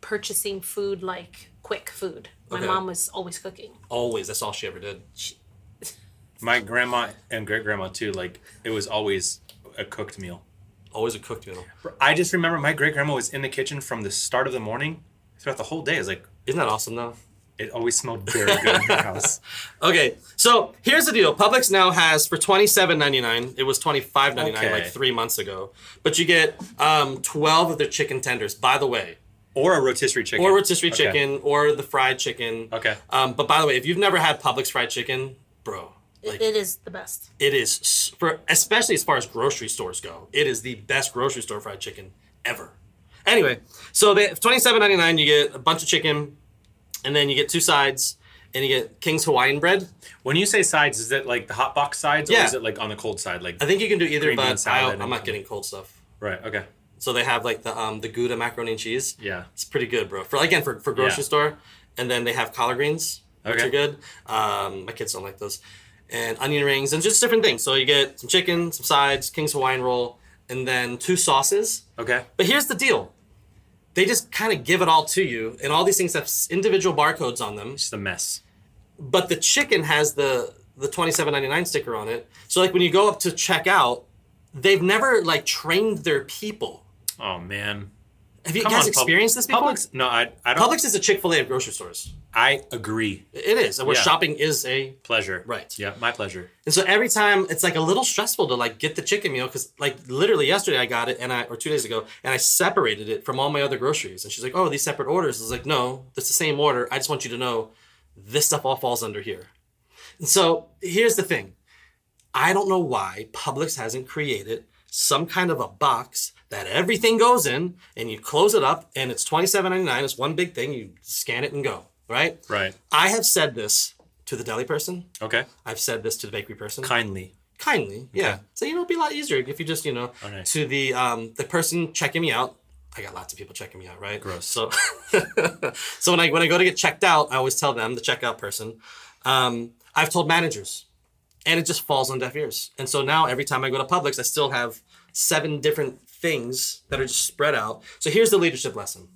purchasing food like quick food. My
Okay.
mom was always cooking.
always that's all she ever did.
My grandma and great grandma too, like it was always a cooked meal.
Always a cooked meal.
I just remember my great grandma was in the kitchen from the start of the morning throughout the whole day. It's like
Isn't that awesome though?
it always smelled very good in her house.
Okay, so here's the deal. Publix now has for twenty seven ninety nine. It was twenty five ninety nine like
Okay.
three months ago, but you get um, twelve of their chicken tenders. By the way,
Or a rotisserie chicken.
or rotisserie
Okay.
chicken or the fried chicken.
Okay.
Um, but by the way, if you've never had Publix fried chicken, bro, like
it is the best.
it is s- for especially as far as grocery stores go it is the best grocery store fried chicken ever anyway so they $27.99 you get a bunch of chicken and then you get two sides and you get king's hawaiian bread
When you say sides, is it like the hot box sides
Yeah.
or is it like on the cold side? Like
i think you can do either
Green bean
but I,
salad and-
i'm not getting cold stuff
right, okay.
so they have like the um the gouda macaroni and cheese
Yeah.
it's pretty good bro for again for, for grocery
Yeah.
store and then they have collard greens which
Okay.
are good um my kids don't like those and onion rings and just different things so you get some chicken some sides king's hawaiian roll and then two sauces
Okay.
But here's the deal. They just kind of give it all to you, and all these things have s- individual barcodes on them.
Just a mess.
But the chicken has the the twenty seven ninety nine sticker on it. So like when you go up to check out, they've never like trained their people.
Oh man.
Have you
Come
guys
on, Pub-
experienced this before? Publix,
Publix? No, I, I don't.
is a Chick fil A of grocery stores.
I agree.
It is, and where
Yeah.
shopping is a
Pleasure.
Right.
Yeah, my pleasure.
And so every time it's like a little stressful to like get the chicken meal because like literally yesterday I got it and I or two days ago and I separated it from all my other groceries and she's like, oh, these separate orders. I was like, no, it's the same order. I just want you to know this stuff all falls under here. So here's the thing. I don't know why Publix hasn't created some kind of a box that everything goes in and you close it up and it's $27.99. It's one big thing. You scan it and go, right?
Right.
I have said this to the deli person.
Okay.
I've said this to the bakery person.
Kindly.
Kindly, yeah. So you know, it'd be a lot easier if you just, you know,
Okay.
to the um the person checking me out. I got lots of people checking me out, right?
Gross.
So, so when I when I go to get checked out, I always tell them the checkout person. Um, I've told managers, and it just falls on deaf ears. And so now every time I go to Publix, I still have seven different things that are just spread out. So here's the leadership lesson.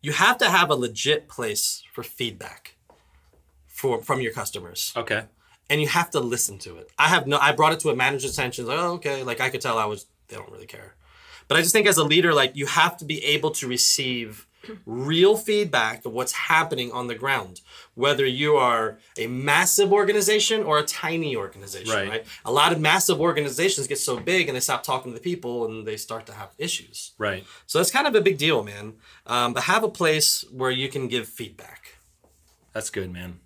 You have to have a legit place for feedback for from your customers
Okay.
and you have to listen to it. I have no. I brought it to a manager's attention. Like, oh, okay. Like I could tell I was. They don't really care. But I just think as a leader, like you have to be able to receive real feedback of what's happening on the ground, whether you are a massive organization or a tiny organization.
Right.
Right. A lot of massive organizations get so big and they stop talking to the people and they start to have issues.
Right.
So that's kind of a big deal, man. Um, but have a place where you can give feedback.
That's good, man.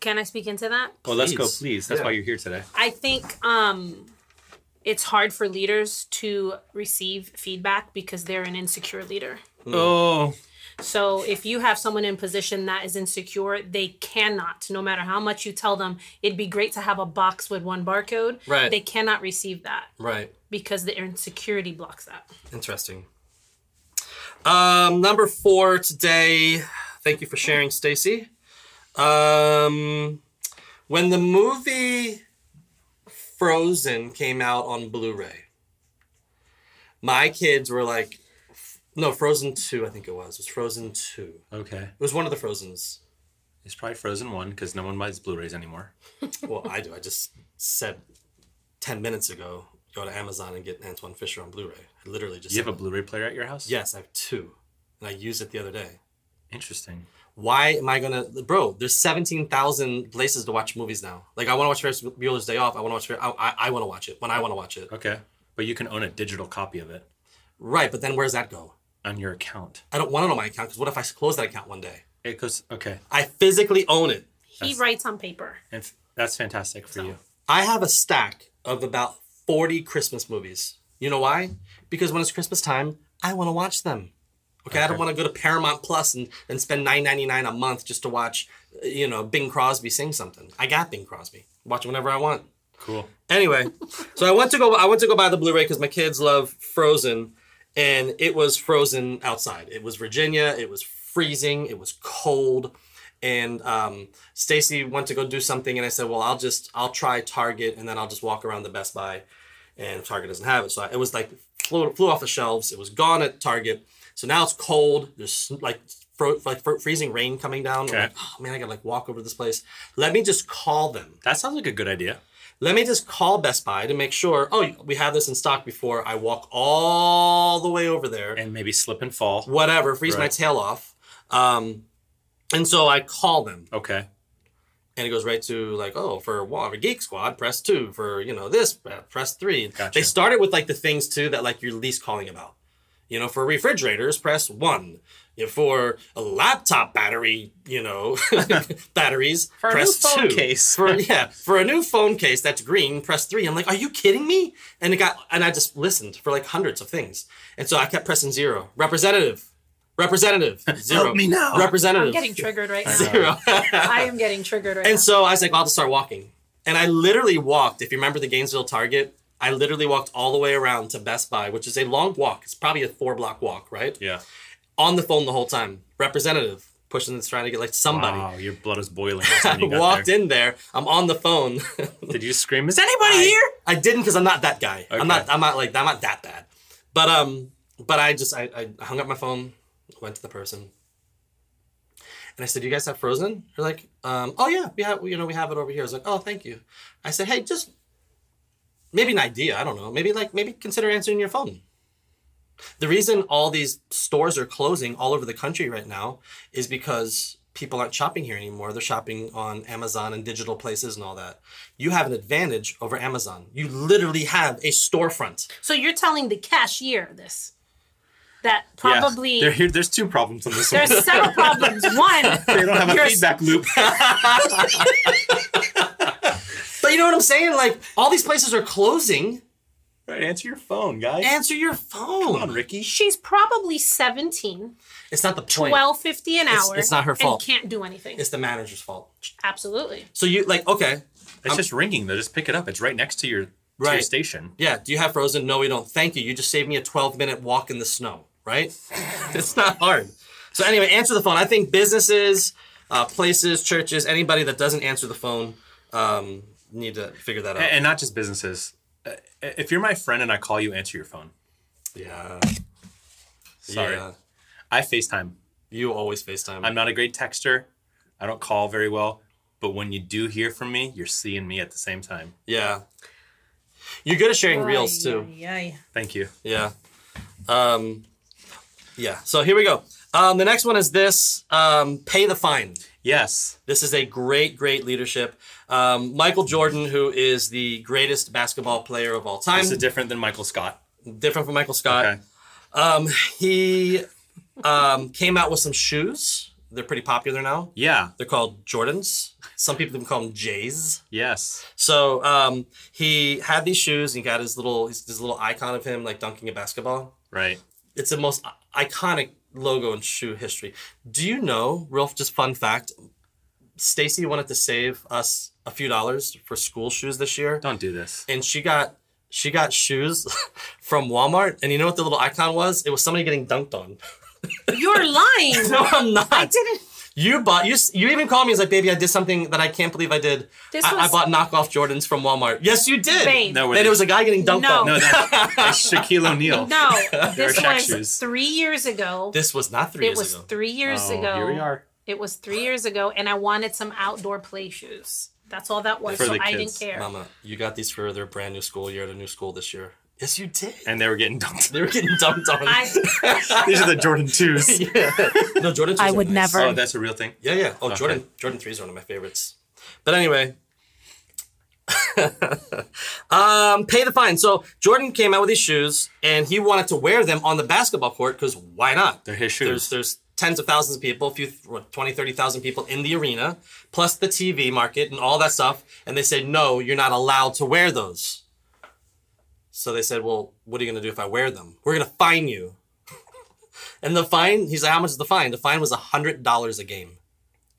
Can I speak into that?
Well, let's go,
Please.
please. That's
Yeah.
why you're here today.
I think um, it's hard for leaders to receive feedback because they're an insecure leader.
Mm.
Oh,
So if you have someone in position that is insecure, they cannot, no matter how much you tell them, it'd be great to have a box with one barcode.
Right.
They cannot receive that
Right.
because their insecurity blocks that.
Interesting. Um, number four today. Thank you for sharing, Stacy. Um, when the movie Frozen came out on Blu-ray, my kids were like, "No, Frozen Two. I think it was. It was Frozen Two.
okay.
It was one of the Frozen's.
It's probably Frozen One because no one buys Blu-rays anymore.
Well, I do. I just said ten minutes ago. Go to Amazon and get Antoine Fisher on Blu-ray. I literally just
You
said
have a Blu-ray player at your house?
yes. I have two, and I used it the other day.
Interesting.
why am I gonna, bro? There's seventeen thousand places to watch movies now. Like I want to watch Ferris Bueller's Day Off. I want to watch. Fer- I I, I want to watch it when I want to watch it.
Okay. But you can own a digital copy of it
Right, but then where does that go?
on your account.
I don't want it on my account because what if I close that account one day?
It goes okay.
I physically own it.
He writes on paper.
And f- that's fantastic for you.
I have a stack of about forty Christmas movies. You know why? Because when it's Christmas time, I want to watch them. Okay, I don't want to go to Paramount Plus and, and spend nine ninety nine a month just to watch, uh, you know, Bing Crosby sing something. I got Bing Crosby. Watch it whenever I want.
Cool.
Anyway, so I went to go. I went to go buy the Blu-ray because my kids love Frozen, and it was frozen outside. It was Virginia. It was freezing. It was cold, and um, Stacy went to go do something, and I said, "Well, I'll just I'll try Target, and then I'll just walk around the Best Buy, and Target doesn't have it." So I, it was like flew, flew off the shelves. It was gone at Target. So now it's cold. There's sn- like fro- like fro- freezing rain coming down. I'm
Okay.
like, oh man, I gotta like walk over to this place. Let me just call them
That sounds like a good idea.
let me just call Best Buy to make sure, oh, we have this in stock before I walk all the way over there,
And maybe slip and fall.
whatever, freeze my
Right.
tail off. Um, and so I call them,
Okay.
and it goes right to like, oh, for well, for Geek Squad, press two. For you know this, uh, press three.
Gotcha.
They started with like the things too that like you're least calling about. You know, for refrigerators, press one. You know, for a laptop battery, you know, batteries,
For a new
press
phone
two.
case.
for yeah, for a new phone case that's green, press three. I'm like, are you kidding me? And it got, and I just listened for like hundreds of things, and so I kept pressing zero. Representative, representative, zero.
me now.
Representative,
I'm getting triggered right now.
zero.
I am getting triggered right
And
now.
so I was like, I'll just start walking. And I literally walked, if you remember the Gainesville Target, I literally walked all the way around to Best Buy, which is a long walk. It's probably a four block walk, right?
Yeah.
On the phone the whole time. Representative pushing this, trying to get like somebody.
Wow, your blood is boiling. That's when you got
Walked
there.
in there. I'm on the phone.
Did you scream? Is anybody here?
I didn't because I'm not that guy.
Okay.
I'm not. I'm not like. I'm not that bad. But um. But I just I, I hung up my phone, went to the person, and I said, "You guys have Frozen?" They're like, um, "Oh yeah, we have. You know, we have it over here." I was like, "Oh, thank you." I said, "Hey, just maybe an idea. I don't know. Maybe like maybe consider answering your phone." The reason all these stores are closing all over the country right now is because people aren't shopping here anymore. They're shopping on Amazon and digital places and all that. You have an advantage over Amazon. You literally have a storefront.
So you're telling the cashier this. that probably
Yeah. There- there's two problems on this one.
there's several problems. One,
they don't have a
you're-
feedback loop.
But you know what I'm saying? Like all these places are closing.
right, answer your phone, guys.
Answer your phone.
Come on, Ricky.
she's probably 17,
It's not the point.
1250 an hour.
It's- it's not her fault.
And can't do anything.
it's the manager's fault.
Absolutely.
So you like okay,
It's just ringing. though. Just pick it up. It's right next to your, to your
Right.
station.
yeah. Do you have frozen? No, we don't. Thank you. You just saved me a 12 minute walk in the snow. Right? it's not hard. So anyway, answer the phone. I think businesses, uh, places, churches, anybody that doesn't answer the phone um, need to figure that out.
And not just businesses. Uh, If you're my friend and I call you, answer your phone.
yeah.
Sorry.
Yeah.
I FaceTime.
You always FaceTime.
I'm not a great texter. I don't call very well. But when you do hear from me, you're seeing me at the same time.
yeah. You're good at sharing reels too.
Yeah.
Thank you.
Yeah. Um, yeah. So here we go. Um, the next one is this um, pay the fine.
Yes.
This is a great, great leadership. Um, Michael Jordan, who is the greatest basketball player of all time,
This is different than Michael Scott.
different from Michael Scott. Um,
Okay.
He um, came out with some shoes. They're pretty popular now.
Yeah.
They're called Jordans. Some people even call them Jays.
Yes.
So um, he had these shoes and he got his little his, his little icon of him like dunking a basketball.
Right.
It's the most i- iconic logo in shoe history. Do you know, Rolf? Just fun fact: Stacy wanted to save us a few dollars for school shoes this year,
Don't do this.
and she got she got shoes from Walmart. And you know what the little icon was? It was somebody getting dunked on.
You're lying.
No, I'm not.
I didn't.
You bought you. s- You even called me and was like, "Baby, I did something that I can't believe I did.
This
I, I
was-
bought knockoff Jordans from Walmart. Yes, you did.
Babe.
No,
And it was a guy getting dunked
No.
on.
No, that's, that's Shaquille O'Neal.
No,
They're
this
Shaq
was
shoes.
three years ago.
This was not three
it
years
was
ago.
three years
Oh,
ago.
Here we are.
It was three years ago, and I wanted some outdoor play shoes. That's all that was.
For
so
the
I
kids.
didn't care.
Mama, you got these for their brand new school year at a new school this year. Yes, you did.
And they were getting dunked.
They were getting dumped on.
I,
These are the Jordan 2s.
yeah. No, Jordan. 3s
I
are
would
nice.
never.
Oh, that's a real thing.
Yeah, yeah. Oh, Jordan. Jordan three is one of my favorites. But anyway, um, pay the fine. So Jordan came out with these shoes, and he wanted to wear them on the basketball court because why not?
They're his
there's
shoes.
there's tens of thousands of people, a few what, 20, 30,000 people in the arena, plus the TV market and all that stuff. And they said, no, you're not allowed to wear those. So they said, well, what are you going to do if I wear them? We're going to fine you. and the fine, he's like, how much is the fine? The fine was $100 a game,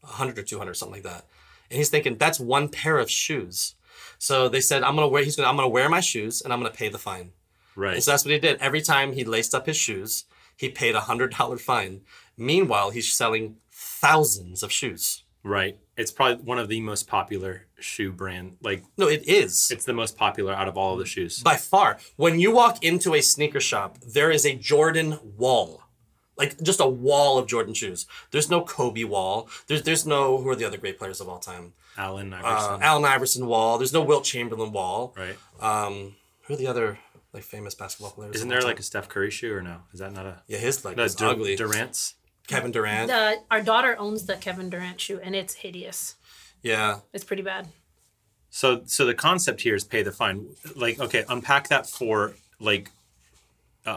100 or 200, something like that. And he's thinking, that's one pair of shoes. So they said, I'm going to wear, he's going to, I'm going to wear my shoes and I'm going to pay the fine.
right.
And so that's what he did. Every time he laced up his shoes, he paid a hundred dollar fine. Meanwhile, he's selling thousands of shoes.
Right. It's probably one of the most popular shoe brand. Like
No, it is
it's the most popular out of all of the shoes.
by far. When you walk into a sneaker shop, there is a Jordan wall. Like just a wall of Jordan shoes. There's no Kobe wall. There's there's no who are the other great players of all time?
Allen
Uh,
Iverson.
Allen Iverson wall. There's no Wilt Chamberlain wall.
right.
Um, who are the other like famous basketball players?
Isn't
of
there
all time?
like a Steph Curry shoe or no? Is that not a
yeah his like
no,
was
Dur-
ugly.
Durant's?
Kevin Durant.
the, our daughter owns the Kevin Durant shoe, and it's hideous.
yeah.
It's pretty bad.
So so the concept here is pay the fine. Like okay, unpack that for like uh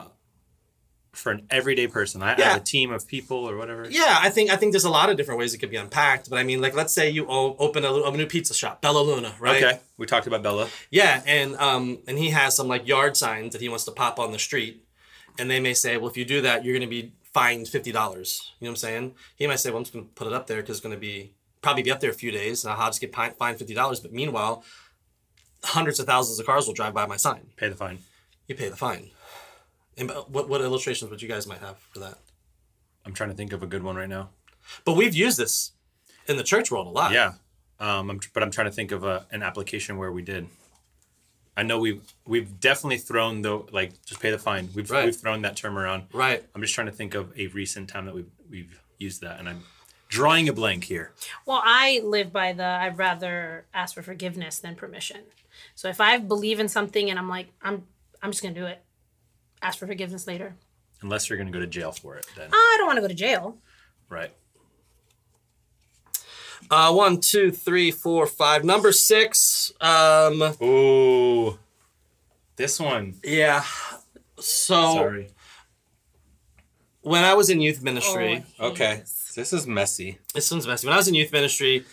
for an everyday person. I, I
Yeah.
have a team of people or whatever.
Yeah, I think I think there's a lot of different ways it could be unpacked. But I mean, like, let's say you o- open a, a new pizza shop, Bella Luna, right?
Okay. We talked about Bella.
Yeah, and um, and he has some like yard signs that he wants to pop on the street, and they may say, well, if you do that, you're going to be fined fifty dollars. You know what I'm saying? He might say, well, I'm just going to put it up there because it's going to be probably be up there a few days, and I'll just get pi- fined fifty dollars. But meanwhile, hundreds of thousands of cars will drive by my sign.
Pay the fine.
You pay the fine. And uh, what what illustrations would you guys might have for that?
I'm trying to think of a good one right now.
But we've used this in the church world a lot.
Yeah. Um, I'm, but I'm trying to think of a, an application where we did. I know we've we've definitely thrown the like just pay the fine. We've
Right.
we've thrown that term around.
Right.
I'm just trying to think of a recent time that we've we've used that, and I'm drawing a blank here.
Well, I live by the I'd rather ask for forgiveness than permission. So if I believe in something and I'm like, I'm I'm just gonna do it. Ask for forgiveness later.
Unless you're going to go to jail for it, then
I don't want to go to jail.
right?
Uh, one, two, three, four, five. Number six. Um,
Ooh, this one.
yeah. So
Sorry.
when I was in youth
Oh, I
ministry,
hate
Okay.
this.
This is messy.
this one's messy. When I was in youth ministry,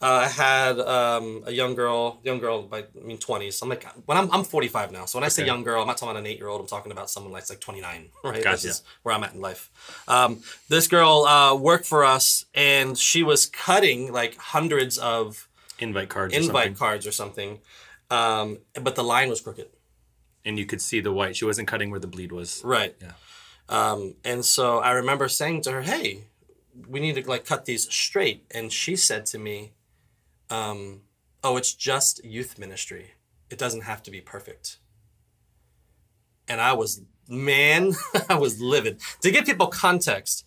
uh, I had um, a young girl, young girl, like I mean, twenties. I'm like, when I'm, I'm 45 now, so when I say
Okay.
young girl, I'm not talking about an eight year old. I'm talking about someone like like 29, right? This
Gotcha.
is where I'm at in life. Um, this girl uh, worked for us, and she was cutting like hundreds of
Invite cards. or
invite
something.
cards or something, um, but the line was crooked.
And you could see the white. She wasn't cutting where the bleed was.
Right.
Yeah.
Um, and so I remember saying to her, "Hey, we need to like cut these straight." And she said to me, um, "Oh, it's just youth ministry. It doesn't have to be perfect." And I was man, I was livid. To give people context,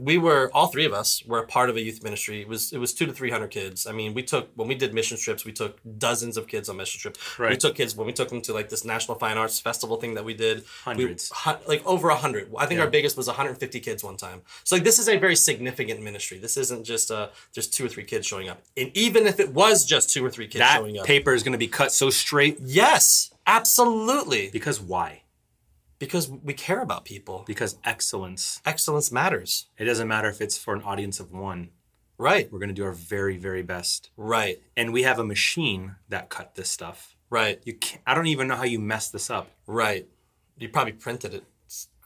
we were all three of us were a part of a youth ministry. It was it was two to three hundred kids. I mean, we took when we did mission trips, we took dozens of kids on mission trips. We
Right.
took kids when we took them to like this National Fine Arts Festival thing that we did. We-
Hundreds.
hun- like over 100 i think our biggest was 150 kids one time so like this is a very significant ministry this isn't just uh just two or three kids showing up and even if it was just two or three kids
That
showing up
paper is going to be cut so straight
yes absolutely
because why?
because we care about people
Because excellence.
excellence matters
It doesn't matter if it's for an audience of one.
right
We're going to do our very, very best.
right
And we have a machine that cut this stuff.
right
You can't, I don't even know how you messed this up,
right you probably printed it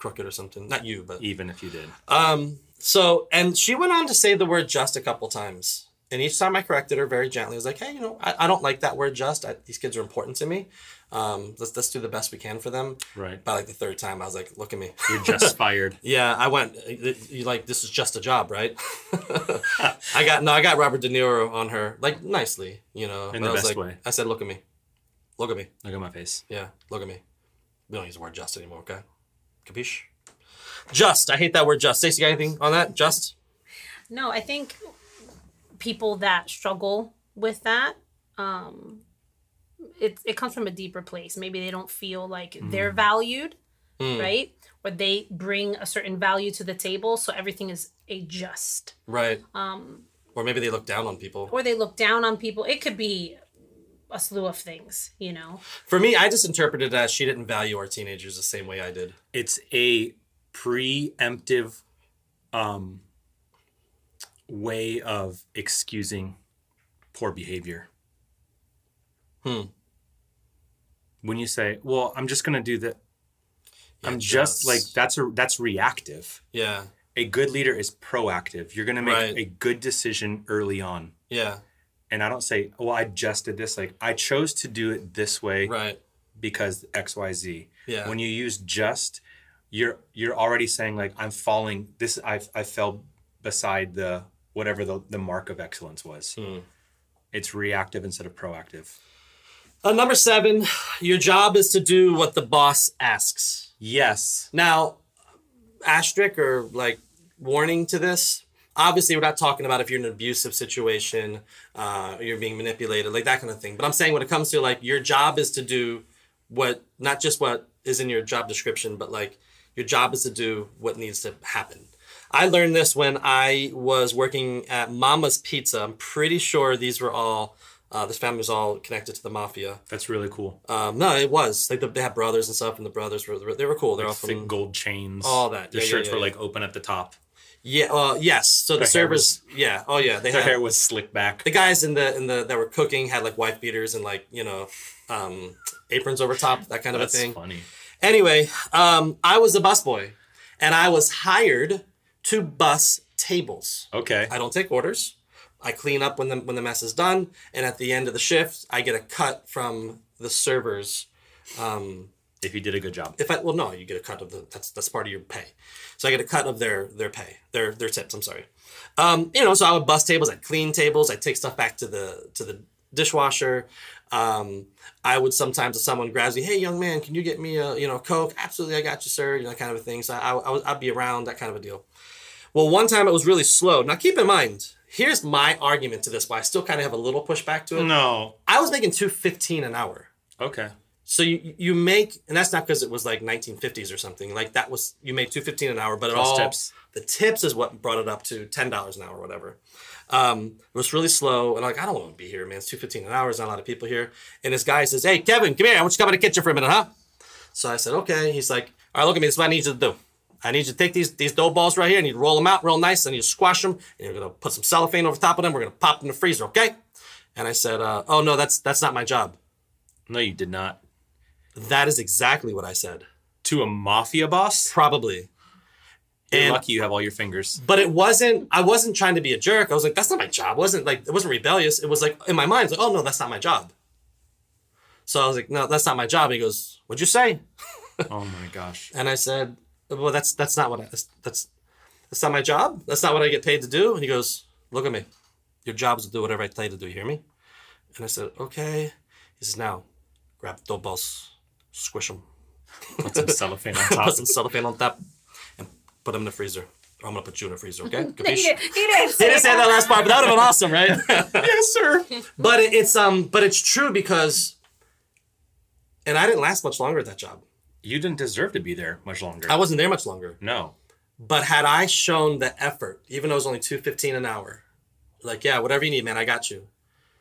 crooked or something not you but
even if you did.
Um, so, and she went on to say the word just a couple times. And each time I corrected her very gently, I was like, hey, you know, I, I don't like that word just. I, these kids are important to me. Um, let's, let's do the best we can for them.
Right.
By like the third time, I was like, look at me.
You're just fired.
yeah, I went, uh, you like, this is just a job, right? I got, no, I got Robert De Niro on her, like nicely, you know. but
In the
I was
best
like,
way.
I said, look at me. Look at me.
Look at my face.
Yeah, look at me. We don't use the word just anymore, okay? Capiche? Just. I hate that word just. Stacey, got anything on that? Just?
No, I think people that struggle with that, um, it it comes from a deeper place. Maybe they don't feel like they're valued, right? Or they bring a certain value to the table, so everything is a just.
Right.
Um,
Or maybe they look down on people.
or they look down on people. It could be a slew of things, you know.
For me, I just interpreted it as she didn't value our teenagers the same way I did.
It's a preemptive um, way of excusing poor behavior.
Hmm.
When you say, "Well, I'm just going to do that," I'm
Yeah,
just like that's a that's reactive.
Yeah.
A good leader is proactive. You're going to make
Right.
a good decision early on.
Yeah.
And I don't say, "Well, I just did this." Like I chose to do it this way
Right.
because X, Y, Z.
Yeah.
When you use just, you're you're already saying like I'm falling. This I I fell beside the whatever the the mark of excellence was.
Hmm.
It's reactive instead of proactive.
Uh, number seven, your job is to do what the boss asks.
Yes.
Now, asterisk or like warning to this. Obviously, we're not talking about if you're in an abusive situation, uh, you're being manipulated, like that kind of thing. But I'm saying when it comes to like your job is to do what, not just what is in your job description, but like your job is to do what needs to happen. I learned this when I was working at Mama's Pizza. I'm pretty sure these were all, uh, this family was all connected to the mafia.
That's really cool.
Um, no, it was like the, they had brothers and stuff, and the brothers were they were cool. They're all from
Thick gold chains.
All that.
Their
Yeah, yeah,
shirts
yeah,
were
yeah.
like open at the top.
Yeah. Uh, yes. So the
Their hair
servers. Yeah. Oh yeah. They
Their
had
hair was slicked back.
the guys in the in the that were cooking had like wife beaters and like you know um, aprons over top that kind of
That's
a thing.
funny.
Anyway, um, I was a busboy, and I was hired to bus tables.
Okay.
I don't take orders. I clean up when the when the mess is done, and at the end of the shift, I get a cut from the servers. Um,
if you did a good job.
if I well no, you get a cut of the that's that's part of your pay. So I get a cut of their their pay, their their tips. I'm sorry. Um, you know, so I would bus tables, I'd clean tables, I'd take stuff back to the to the dishwasher. Um, I would sometimes if someone grabs me, hey young man, can you get me a you know Coke? Absolutely, I got you, sir. You know, that kind of a thing. So I, I would- I'd be around that kind of a deal. Well, one time it was really slow. Now keep in mind, here's my argument to this, why I still kind of have a little pushback
Mm.
to it.
No.
I was making two fifteen an hour.
Okay.
So you you make, and that's not because it was like 1950s or something. Like that was you made two fifteen an hour, but it
Plus
all
tips.
the tips is what brought it up to ten dollars an hour, or whatever. Um, it was really slow, and like I don't want to be here, man. It's two fifteen an hour. There's not a lot of people here. And this guy says, "Hey, Kevin, come here. I want you to come in the kitchen for a minute, huh?" So I said, "Okay." He's like, "All right, look at me. This is what I need you to do. I need you to take these these dough balls right here and you roll them out real nice and you squash them and you're gonna put some cellophane over top of them. We're gonna pop them in the freezer, okay? And I said, uh, oh no, that's that's not my job.
No, you did not.
That is exactly what I said.
To a mafia boss?
Probably.
You're
And-
lucky you have all your fingers.
But it wasn't, I wasn't trying to be a jerk. I was like, that's not my job. It wasn't like, it wasn't rebellious. It was like, in my mind, it's like, oh no, that's not my job. So I was like, no, that's not my job. He goes, what'd you say?
oh my gosh.
And I said, well, that's, that's not what I, that's, that's, that's not my job. That's not what I get paid to do. And he goes, look at me. Your job is to do whatever I tell you to do. You hear me? And I said, okay. He says, now grab the dough balls, squish them,
Put some cellophane on
put
top.
some cellophane on top, and put them in the freezer. I'm gonna put you in the freezer, okay?
He,
Capiche?
did, he didn't
They
say
didn't say that last part, but that would have been awesome, right?
yes, sir.
but it, it's um, but it's true because, and I didn't last much longer at that job.
You didn't deserve to be there much longer.
I wasn't there much longer.
no.
But had I shown the effort, even though it was only two fifteen an hour, like yeah, whatever you need, man, I got you.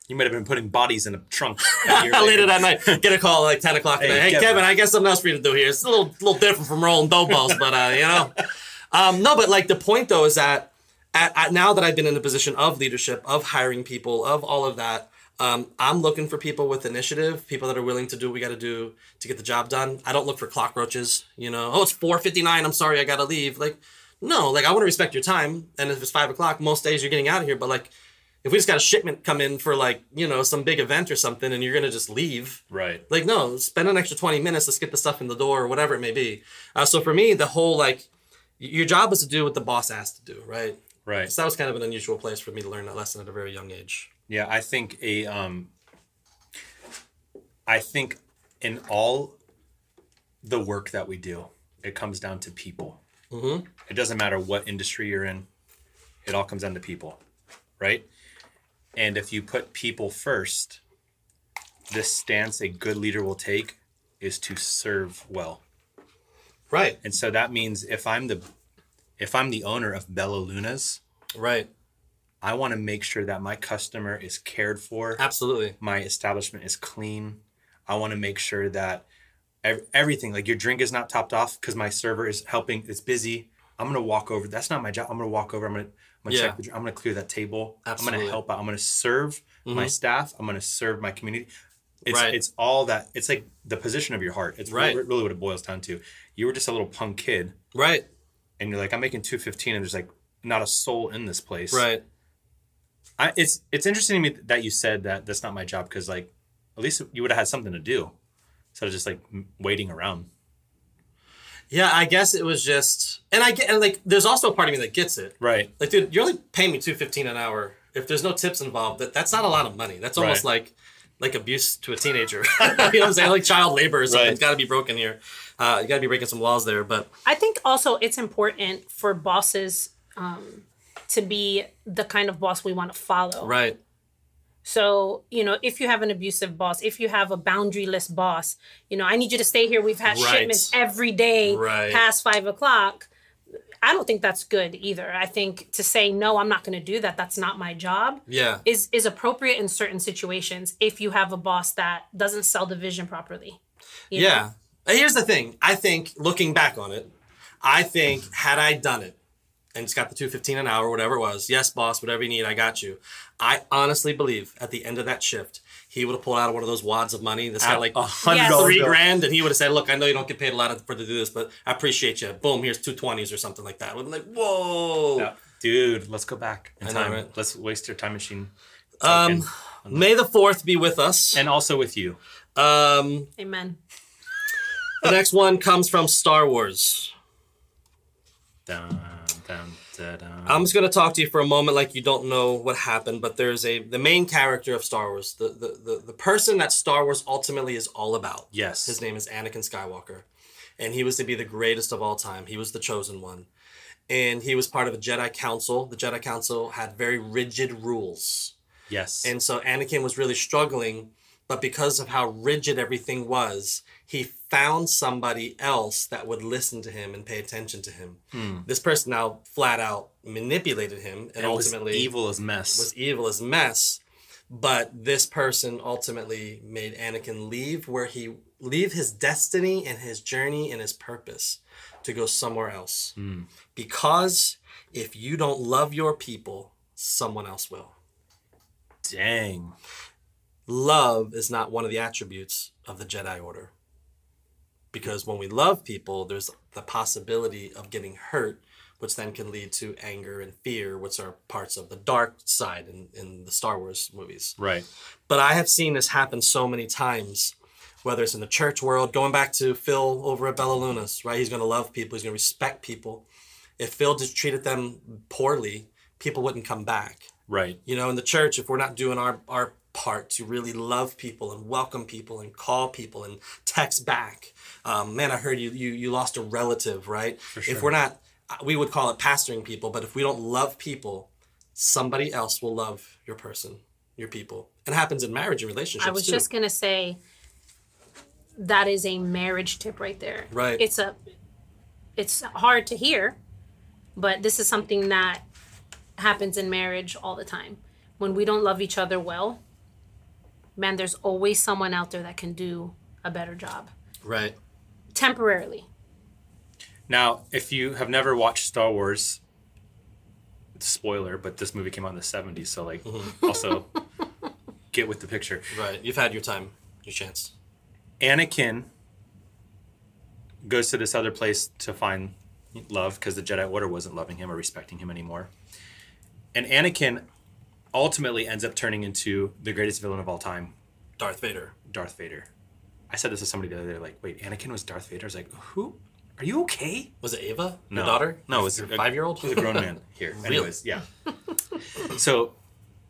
You might have been putting bodies in a trunk. a year
Later that night, get a call at like ten o'clock. Hey,
Hey,
hey Kevin.
Kevin.
I got something else for you to do here. It's a little little different from rolling dough balls, but uh, you know, um, no. But like the point though is that at, at, now that I've been in the position of leadership, of hiring people, of all of that, um, I'm looking for people with initiative, people that are willing to do what we got to do to get the job done. I don't look for cockroaches. You know, oh, it's four fifty nine. I'm sorry, I gotta leave. Like, no, like I want to respect your time. And if it's five o'clock, most days you're getting out of here. But like. If we just got a shipment come in for like, you know, some big event or something and you're gonna just leave,
Right.
like no spend an extra 20 minutes let's get the stuff in the door or whatever it may be uh, so for me the whole like y- your job is to do what the boss asked to do right
Right.
so that was kind of an unusual place for me to learn that lesson at a very young age
Yeah, I think a um I think in all the work that we do, it comes down to people. It doesn't matter what industry you're in, it all comes down to people, right? And if you put people first, this stance a good leader will take is to serve well.
right
And so that means if I'm the if I'm the owner of Bella Luna's,
right
I want to make sure that my customer is cared for
absolutely
my establishment is clean. I want to make sure that ev- everything, like your drink, is not topped off because my server is helping. It's busy. I'm gonna walk over. That's not my job. I'm gonna walk over. I'm gonna, I'm gonna
Yeah.
check. The, drink. I'm gonna clear that table. I'm
Absolutely. Mm-hmm.
gonna help out. I'm gonna serve my staff. I'm gonna serve my community. It's
Right.
it's all that. It's like the position of your heart. It's
Right.
really, really what it boils down to. You were just a little punk kid,
right
and you're like, I'm making two fifteen, and there's like not a soul in this place.
right
I, it's it's interesting to me that you said that that's not my job because like at least you would have had something to do instead of just like m- waiting around.
yeah i guess it was just and i get and like there's also a part of me that gets it
Right.
like dude you're only paying me 215 an hour if there's no tips involved that that's not a lot of money that's almost
Right.
like like abuse to a teenager you know what i'm saying like child labor or something
Right.
it's got to be broken here uh, you got to be breaking some laws there but
I think also it's important for bosses um, to be the kind of boss we want to follow.
right
So, you know, if you have an abusive boss, if you have a boundaryless boss, you know, I need you to stay here. We've had
Right.
shipments every day
Right.
past five o'clock. I don't think that's good either. I think to say, no, I'm not going to do that, that's not my job.
yeah
Is, is appropriate in certain situations if you have a boss that doesn't sell the vision properly. you know?
yeah And here's the thing i think looking back on it i think had i done it and it's got the 215 an hour whatever it was yes boss whatever you need i got you i honestly believe at the end of that shift he would have pulled out one of those wads of money that's got like
hundred
Yes.
three
bill.
grand, and he would have said, "Look, I know you don't get paid a lot for to do this, but I appreciate you. Boom, here's two twenties or something like that." I'm like, "Whoa!"
Yeah. Dude, let's go back in
I know,
time.
right?
Let's waste your time machine.
Um,
token.
May the fourth be with us.
and also with you.
Um,
Amen.
the next one comes from Star Wars.
Dun, dun, dun, dun.
I'm just gonna talk to you for a moment, like you don't know what happened, but there's a the main character of Star Wars, the the the, the person that Star Wars ultimately is all about.
yes.
His name is Anakin Skywalker, and he was to be the greatest of all time. He was the chosen one, and he was part of a Jedi Council. The Jedi Council had very rigid rules.
Yes.
And so Anakin was really struggling, but because of how rigid everything was, he found somebody else that would listen to him and pay attention to him.
Hmm.
This person now flat out manipulated him and
it was
ultimately
evil as mess.
was evil as mess. But this person ultimately made Anakin leave where he leave his destiny and his journey and his purpose to go somewhere else.
Hmm.
Because if you don't love your people, someone else will.
Dang.
Love is not one of the attributes of the Jedi Order. Because when we love people, there's the possibility of getting hurt, which then can lead to anger and fear, which are parts of the dark side in, in the Star Wars movies.
Right.
But I have seen this happen so many times, whether it's in the church world, going back to Phil over at Bella Lunas, right? He's going to love people, he's going to respect people. If Phil just treated them poorly, people wouldn't come back.
Right.
You know, in the church, if we're not doing our, our part to really love people and welcome people and call people and text back, um, man, I heard you, you you lost a relative, right? If we're not, we would call it pastoring people, but if we don't love people, somebody else will love your person, your people. It happens in marriage and relationships.
I was
too.
just gonna say that is a marriage tip right there.
Right.
It's a it's hard to hear, but this is something that happens in marriage all the time. When we don't love each other well, man, there's always someone out there that can do a better job.
right.
Temporarily.
Now, if you have never watched Star Wars, spoiler, but this movie came out in the 70s, so like
Mm-hmm.
also get with the picture.
Right. You've had your time, your chance.
Anakin goes to this other place to find love because the Jedi Order wasn't loving him or respecting him anymore. And Anakin ultimately ends up turning into the greatest villain of all time,
Darth Vader.
Darth Vader. I said this to somebody the other day, like, wait, Anakin was Darth Vader? I was like, who? Are you okay?
Was it Ava?
No.
Your daughter?
No, it's
your
a-
five year old?
He's a grown man here.
Really?
Anyways, yeah. so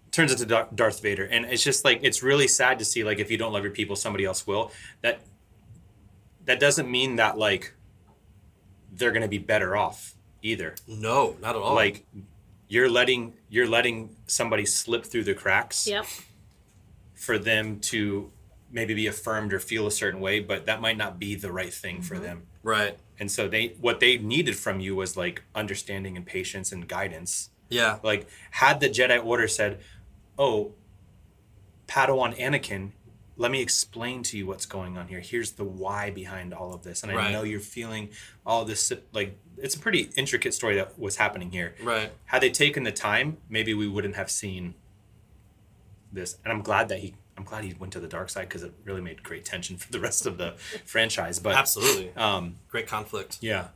turns into Dar- Darth Vader, and it's just like it's really sad to see. Like if you don't love your people, somebody else will. That that doesn't mean that like they're gonna be better off either.
No, not at all.
Like you're letting you're letting somebody slip through the cracks
Yep.
for them to maybe be affirmed or feel a certain way, but that might not be the right thing
Mm-hmm.
for them.
right.
And so they what they needed from you was like understanding and patience and guidance.
Yeah.
Like, had the Jedi Order said, "Oh, Padawan Anakin, let me explain to you what's going on here. Here's the why behind all of this, and I
Right.
know you're feeling all this. Like, it's a pretty intricate story that was happening here.
Right.
Had they taken the time, maybe we wouldn't have seen this. And I'm glad that he, I'm glad he went to the dark side because it really made great tension for the rest of the franchise. But
Absolutely.
um,
Great conflict.
yeah.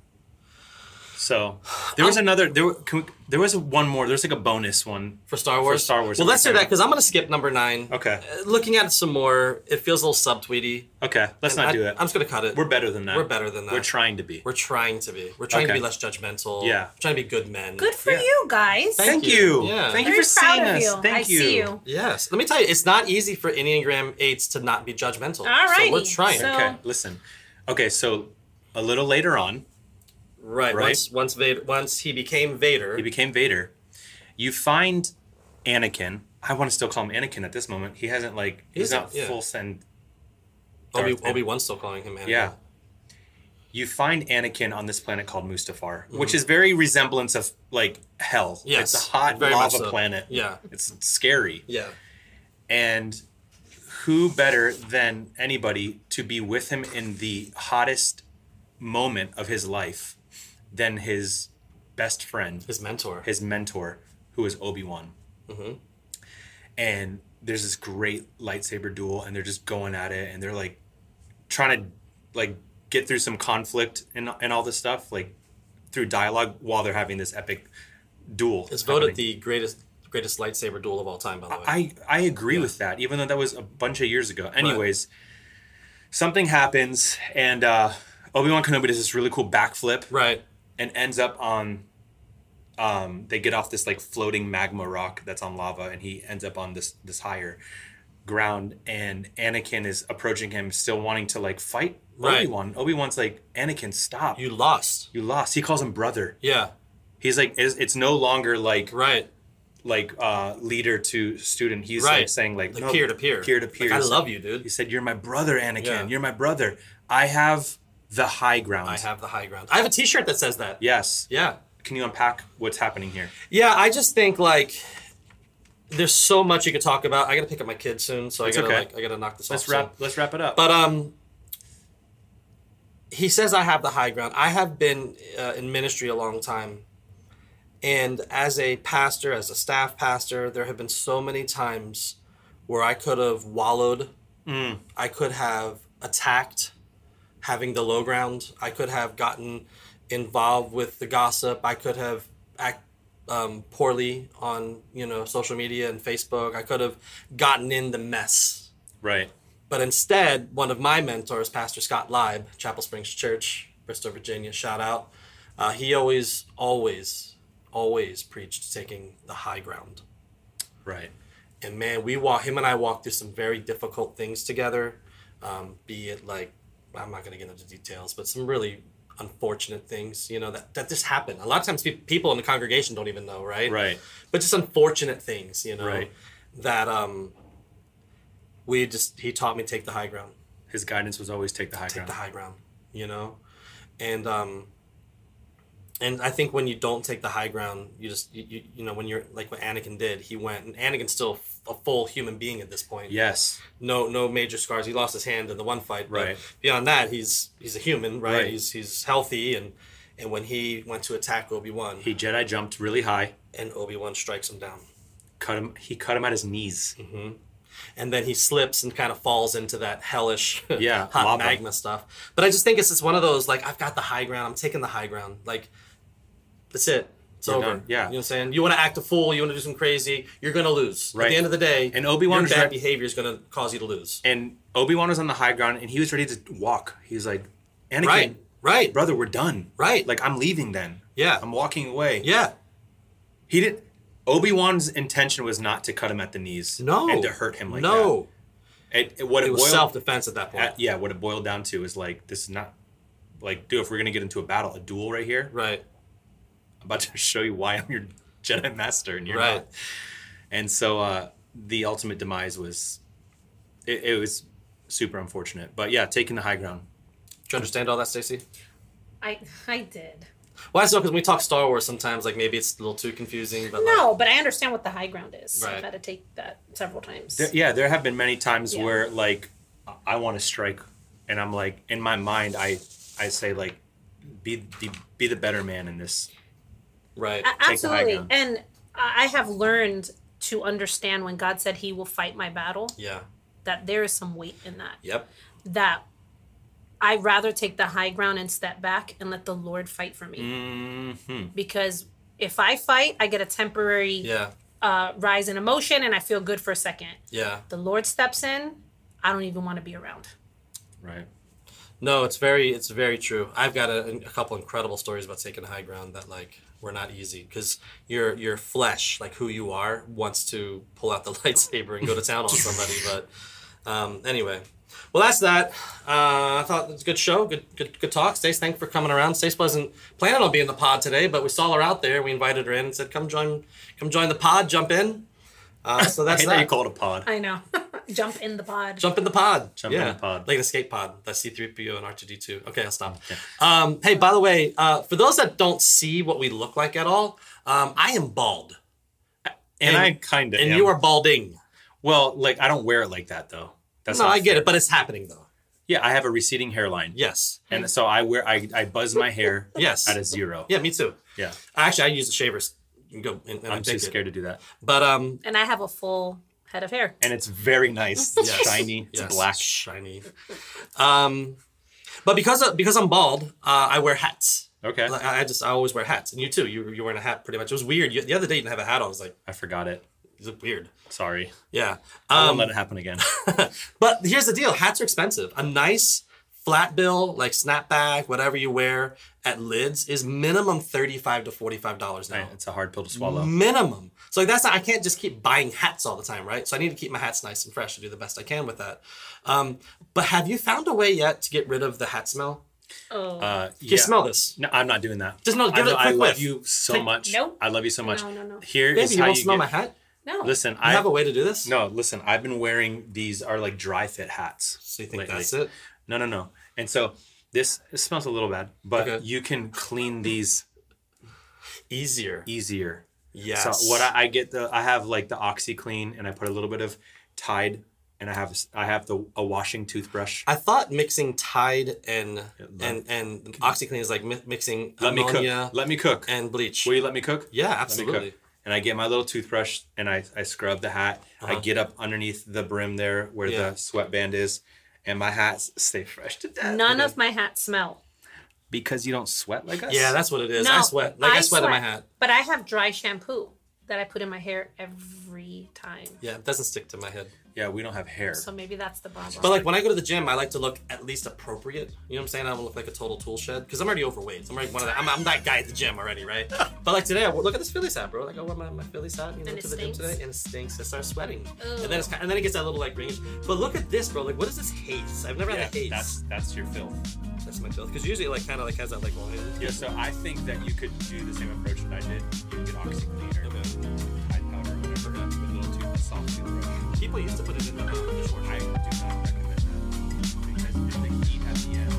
So there was another there. were- Can we, there was one more. There's like a bonus one.
For Star Wars?
Star Wars.
Well, let's do
Okay.
that because I'm going to skip number nine.
Okay.
Uh, looking at it some more, it feels a little subtweety.
Okay. Let's not
I,
do that.
Uh, I'm just going to cut it.
we're better than that.
We're better than that.
We're trying to be.
We're trying to be. We're trying
Okay.
to be less judgmental.
Yeah.
We're trying to be good men.
Good for
Yeah.
you guys.
Thank
Thank
you.
you.
Yeah.
Thank you
Very
for
proud
seeing
of
us.
you.
Thank
I
you.
see you.
Yes. Let me tell you, it's not easy for Enneagram 8s to not be judgmental. So we're
Alrighty.
trying.
So-
Okay. Listen. Okay. So a little later on,
right.
Right.
Once, once, Vader, once he became Vader.
he became Vader. You find Anakin. I want to still call him Anakin at this moment. He hasn't like he's
isn't,
not
yeah.
full send.
Obi,
Darth Vader.
Obi-Wan's still calling him Anakin.
Yeah. You find Anakin on this planet called Mustafar, which is very resemblance of like hell.
Mm-hmm. Yes,
It's a hot
very much
lava
so.
planet.
Yeah.
It's scary.
Yeah.
And who better than anybody to be with him in the hottest moment of his life than his best friend,
His mentor.
his mentor, who is Obi Wan.
Mm-hmm.
And there's this great lightsaber duel, and they're just going at it, and they're like trying to like get through some conflict and and all this stuff, like through dialogue while they're having this epic duel.
it's voted
happening.
the greatest greatest lightsaber duel of all time, by the way.
I I agree with that, even though that was a bunch of years ago. Anyways, something happens, and uh, Obi Wan Kenobi does this really cool backflip
right.
and ends up on. Um, they get off this like floating magma rock that's on lava, and he ends up on this this higher ground. And Anakin is approaching him, still wanting to like fight
Right.
Obi Wan. Obi Wan's like, Anakin, stop!
You
You
lost.
you lost. He calls him brother.
Yeah.
He's like, it's, it's no longer like
Right.
like uh leader to student he's
Right.
like saying like
Like
no,
peer to peer.
peer to peer
Like, I love you, dude.
he said you're my brother anakin
Yeah.
you're my brother i have the high ground
I have the high ground. I have a T-shirt that says that.
yes
Yeah.
can you unpack what's happening here
Yeah. I just think like there's so much you could talk about. I gotta pick up my kids soon, so
It's
I gotta
okay.
like I gotta knock this
let's
off.
wrap
soon.
let's wrap it up
But um, he says I have the high ground. I have been uh, in ministry a long time. And as a pastor, as a staff pastor, there have been so many times where I could have wallowed. I could have attacked having the low ground. I could have gotten involved with the gossip. I could have act um, poorly on, you know, social media and Facebook. I could have gotten in the mess.
Right.
But instead, one of my mentors, Pastor Scott Lieb, Chapel Springs Church, Bristol, Virginia, shout out. Uh, he always, always, always preached taking the high ground.
Right.
And man, we walk. Him and I walked through some very difficult things together. Um, be it like, I'm not gonna get into details, but some really unfortunate things. You know that that just happen. A lot of times, pe- people in the congregation don't even know, right?
Right.
But just unfortunate things, you know,
Right.
that um, we just he taught me to take the high ground
His guidance was always take the high
take
ground.
the high ground, you know, and um, and I think when you don't take the high ground, you just you, you, you know when you're like what Anakin did, he went and Anakin's still a full human being at this point.
yes.
no no major scars. He lost his hand in the one fight, but
Right.
Beyond that, he's he's a human, right?
Right.
He's he's healthy and and when he went to attack Obi Wan,
He Jedi jumped really high.
and Obi Wan strikes him down,
Cut him. He cut him at his knees.
Mm-hmm. and then he slips and kind of falls into that hellish
Yeah,
hot
lava.
magma stuff. But I just think it's just one of those like I've got the high ground. I'm taking the high ground. Like that's it. It's
You're
over.
done. Yeah.
you know what I'm saying. You want to act a fool. You want to do some crazy. You're gonna lose. At
Right.
the end of the day,
And Obi-Wan
your
was
bad
right-
behavior is gonna cause you to lose.
And Obi Wan was on the high ground, and he was ready to walk. He was like, Anakin,
Right. Right.
brother, we're done.
Right.
Like I'm leaving then.
Yeah.
I'm walking away.
Yeah.
He didn't. Obi Wan's intention was not to cut him at the knees.
No.
And to hurt him like that.
no.
It, it- what it,
It was
boiled,
self defense at that point.
at- yeah, what it boiled down to is like this is not like, dude. If we're gonna get into a battle, a duel right here,
Right.
I'm about to show you why I'm your Jedi master and you're
Right.
not. And so uh, the ultimate demise was it, it was super unfortunate. But yeah, taking the high ground.
Do you understand all that, Stacey?
I I did.
Well, that's not because we talk Star Wars sometimes. Like maybe it's a little too confusing. But like,
No, but I understand what the high ground is.
Right.
I've had to take that several times.
There- yeah, there have been many times
Yeah.
where like I- I want to strike, and I'm like in my mind I I say like be the be the better man in this.
right.
A-
high
absolutely.
ground.
And I I have learned to understand when God said He will fight my battle,
yeah.
that there is some weight in that.
Yep.
That I rather take the high ground and step back and let the Lord fight for me.
Mm-hmm.
Because if I fight, I get a temporary
Yeah.
uh, rise in emotion and I feel good for a second.
Yeah.
The Lord steps in, I don't even want to be around.
Right.
No, it's very it's very true. I've got a, a couple incredible stories about taking high ground that like were not easy because your your flesh, like who you are, wants to pull out the lightsaber and go to town on somebody. But um, anyway, well that's that. Uh, I thought it was a good show, good good good talk. Stace, thanks for coming around. Stace wasn't planning on being in the pod today, but we saw her out there. We invited her in and said, "Come join, come join the pod, jump in." Uh, so
I
that's
hate that you
that.
call it a pod.
I know. Jump in the pod.
Jump in the pod.
Jump in the pod.
Like an escape pod. That's C3PO and R2D2. Okay, I'll stop. Um, hey, by the way, uh, for those that don't see what we look like at all, um, I am bald.
And,
And-
I kind of
And you are balding.
well like I don't wear it like that though. That's
no,
not
I get
fair.
it, but it's happening though.
Yeah, I have a receding hairline.
Yes.
And so I wear I, I buzz my hair
Yes.
at a zero.
Yeah, me too.
Yeah.
Actually, I use the shavers. You can go and, and
I'm too
take it.
scared to do that.
But um,
and I have a full head of hair.
And it's very nice. It's
Yes.
shiny. It's
yes,
black.
shiny. Um, but because of, because I'm bald, uh, I wear hats.
Okay.
Like, I I just I always wear hats, and you too. You you're wearing a hat pretty much. It was weird. You, the other day you didn't have a hat on. I was like,
I forgot it.
you look weird.
Sorry.
Yeah.
I
Um,
won't let it happen again.
but here's the deal: hats are expensive. A nice flat bill, like snapback, whatever you wear at lids, is minimum thirty-five to forty-five dollars now.
it's a hard pill to
Mm.
swallow.
Minimum. So like that's not, I can't just keep buying hats all the time, right? So I need to keep my hats nice and fresh to do the best I can with that. Um, but have you found a way yet to get rid of the hat smell?
Oh.
Uh,
Can you smell this?
No, I'm not doing that.
Just no,
I
give it a
know- I
quick
love
whiff.
you so
Take-
much.
Nope.
I love you so much.
No, no, no.
Here is
Baby, you
how
won't
you
smell
get-
my hat.
no.
Listen,
I
I
have a way to do this.
No, listen. I've been wearing these are like dry fit hats.
So you think
lately.
that's it?
No, no, no. And so this it smells a little bad, but
Okay.
you can clean these
Easier.
easier.
E- Yes.
So what I, I get the I have like the OxyClean and I put a little bit of Tide and I have I have the a washing toothbrush.
I thought mixing Tide and
let-
and and OxyClean is like mi- mixing
Let me
ammonia
cook. Let me cook.
and bleach.
Will you let me cook?
yeah,
Let me cook.
absolutely.
And I get my little toothbrush and I, I scrub the hat. I get up underneath the brim there where
Uh-huh. Yeah.
the sweatband is, and my hats stay fresh to death.
None of my hats smell.
because you don't sweat like us.
Yeah, that's what it is.
No,
I sweat. Like I, sweat, in my hat.
But I have dry shampoo that I put in my hair every time.
Yeah, it doesn't stick to my head.
yeah. We don't have hair.
So maybe that's the problem.
But like when I go to the gym, I like to look at least appropriate. You know what I'm saying? I don't look like a total tool shed because I'm already overweight. I'm already one of the, I'm, I'm that guy at the gym already, right? But like today, I wo- look at this Phillies hat, bro. Like I wore my, my Phillies hat, you know,
And it
to the gym
stinks?
today, and it stinks. I start sweating,
Ugh.
and then it's ki- and then it gets that little like greenish. But look at this, bro. Like what is this haze? I've never
yeah,
had a haze.
that's
That's,
that's your filth.
my filth. Because usually it like kind of like has that like. well,
Yeah, so I think that you could do the same approach that I did. You could get OxyClean or Tide powder or whatever with a little tooth, soft toothbrush.
People used to put it in uh, the
I
dishwasher.
do not recommend that because it's the heat at the end.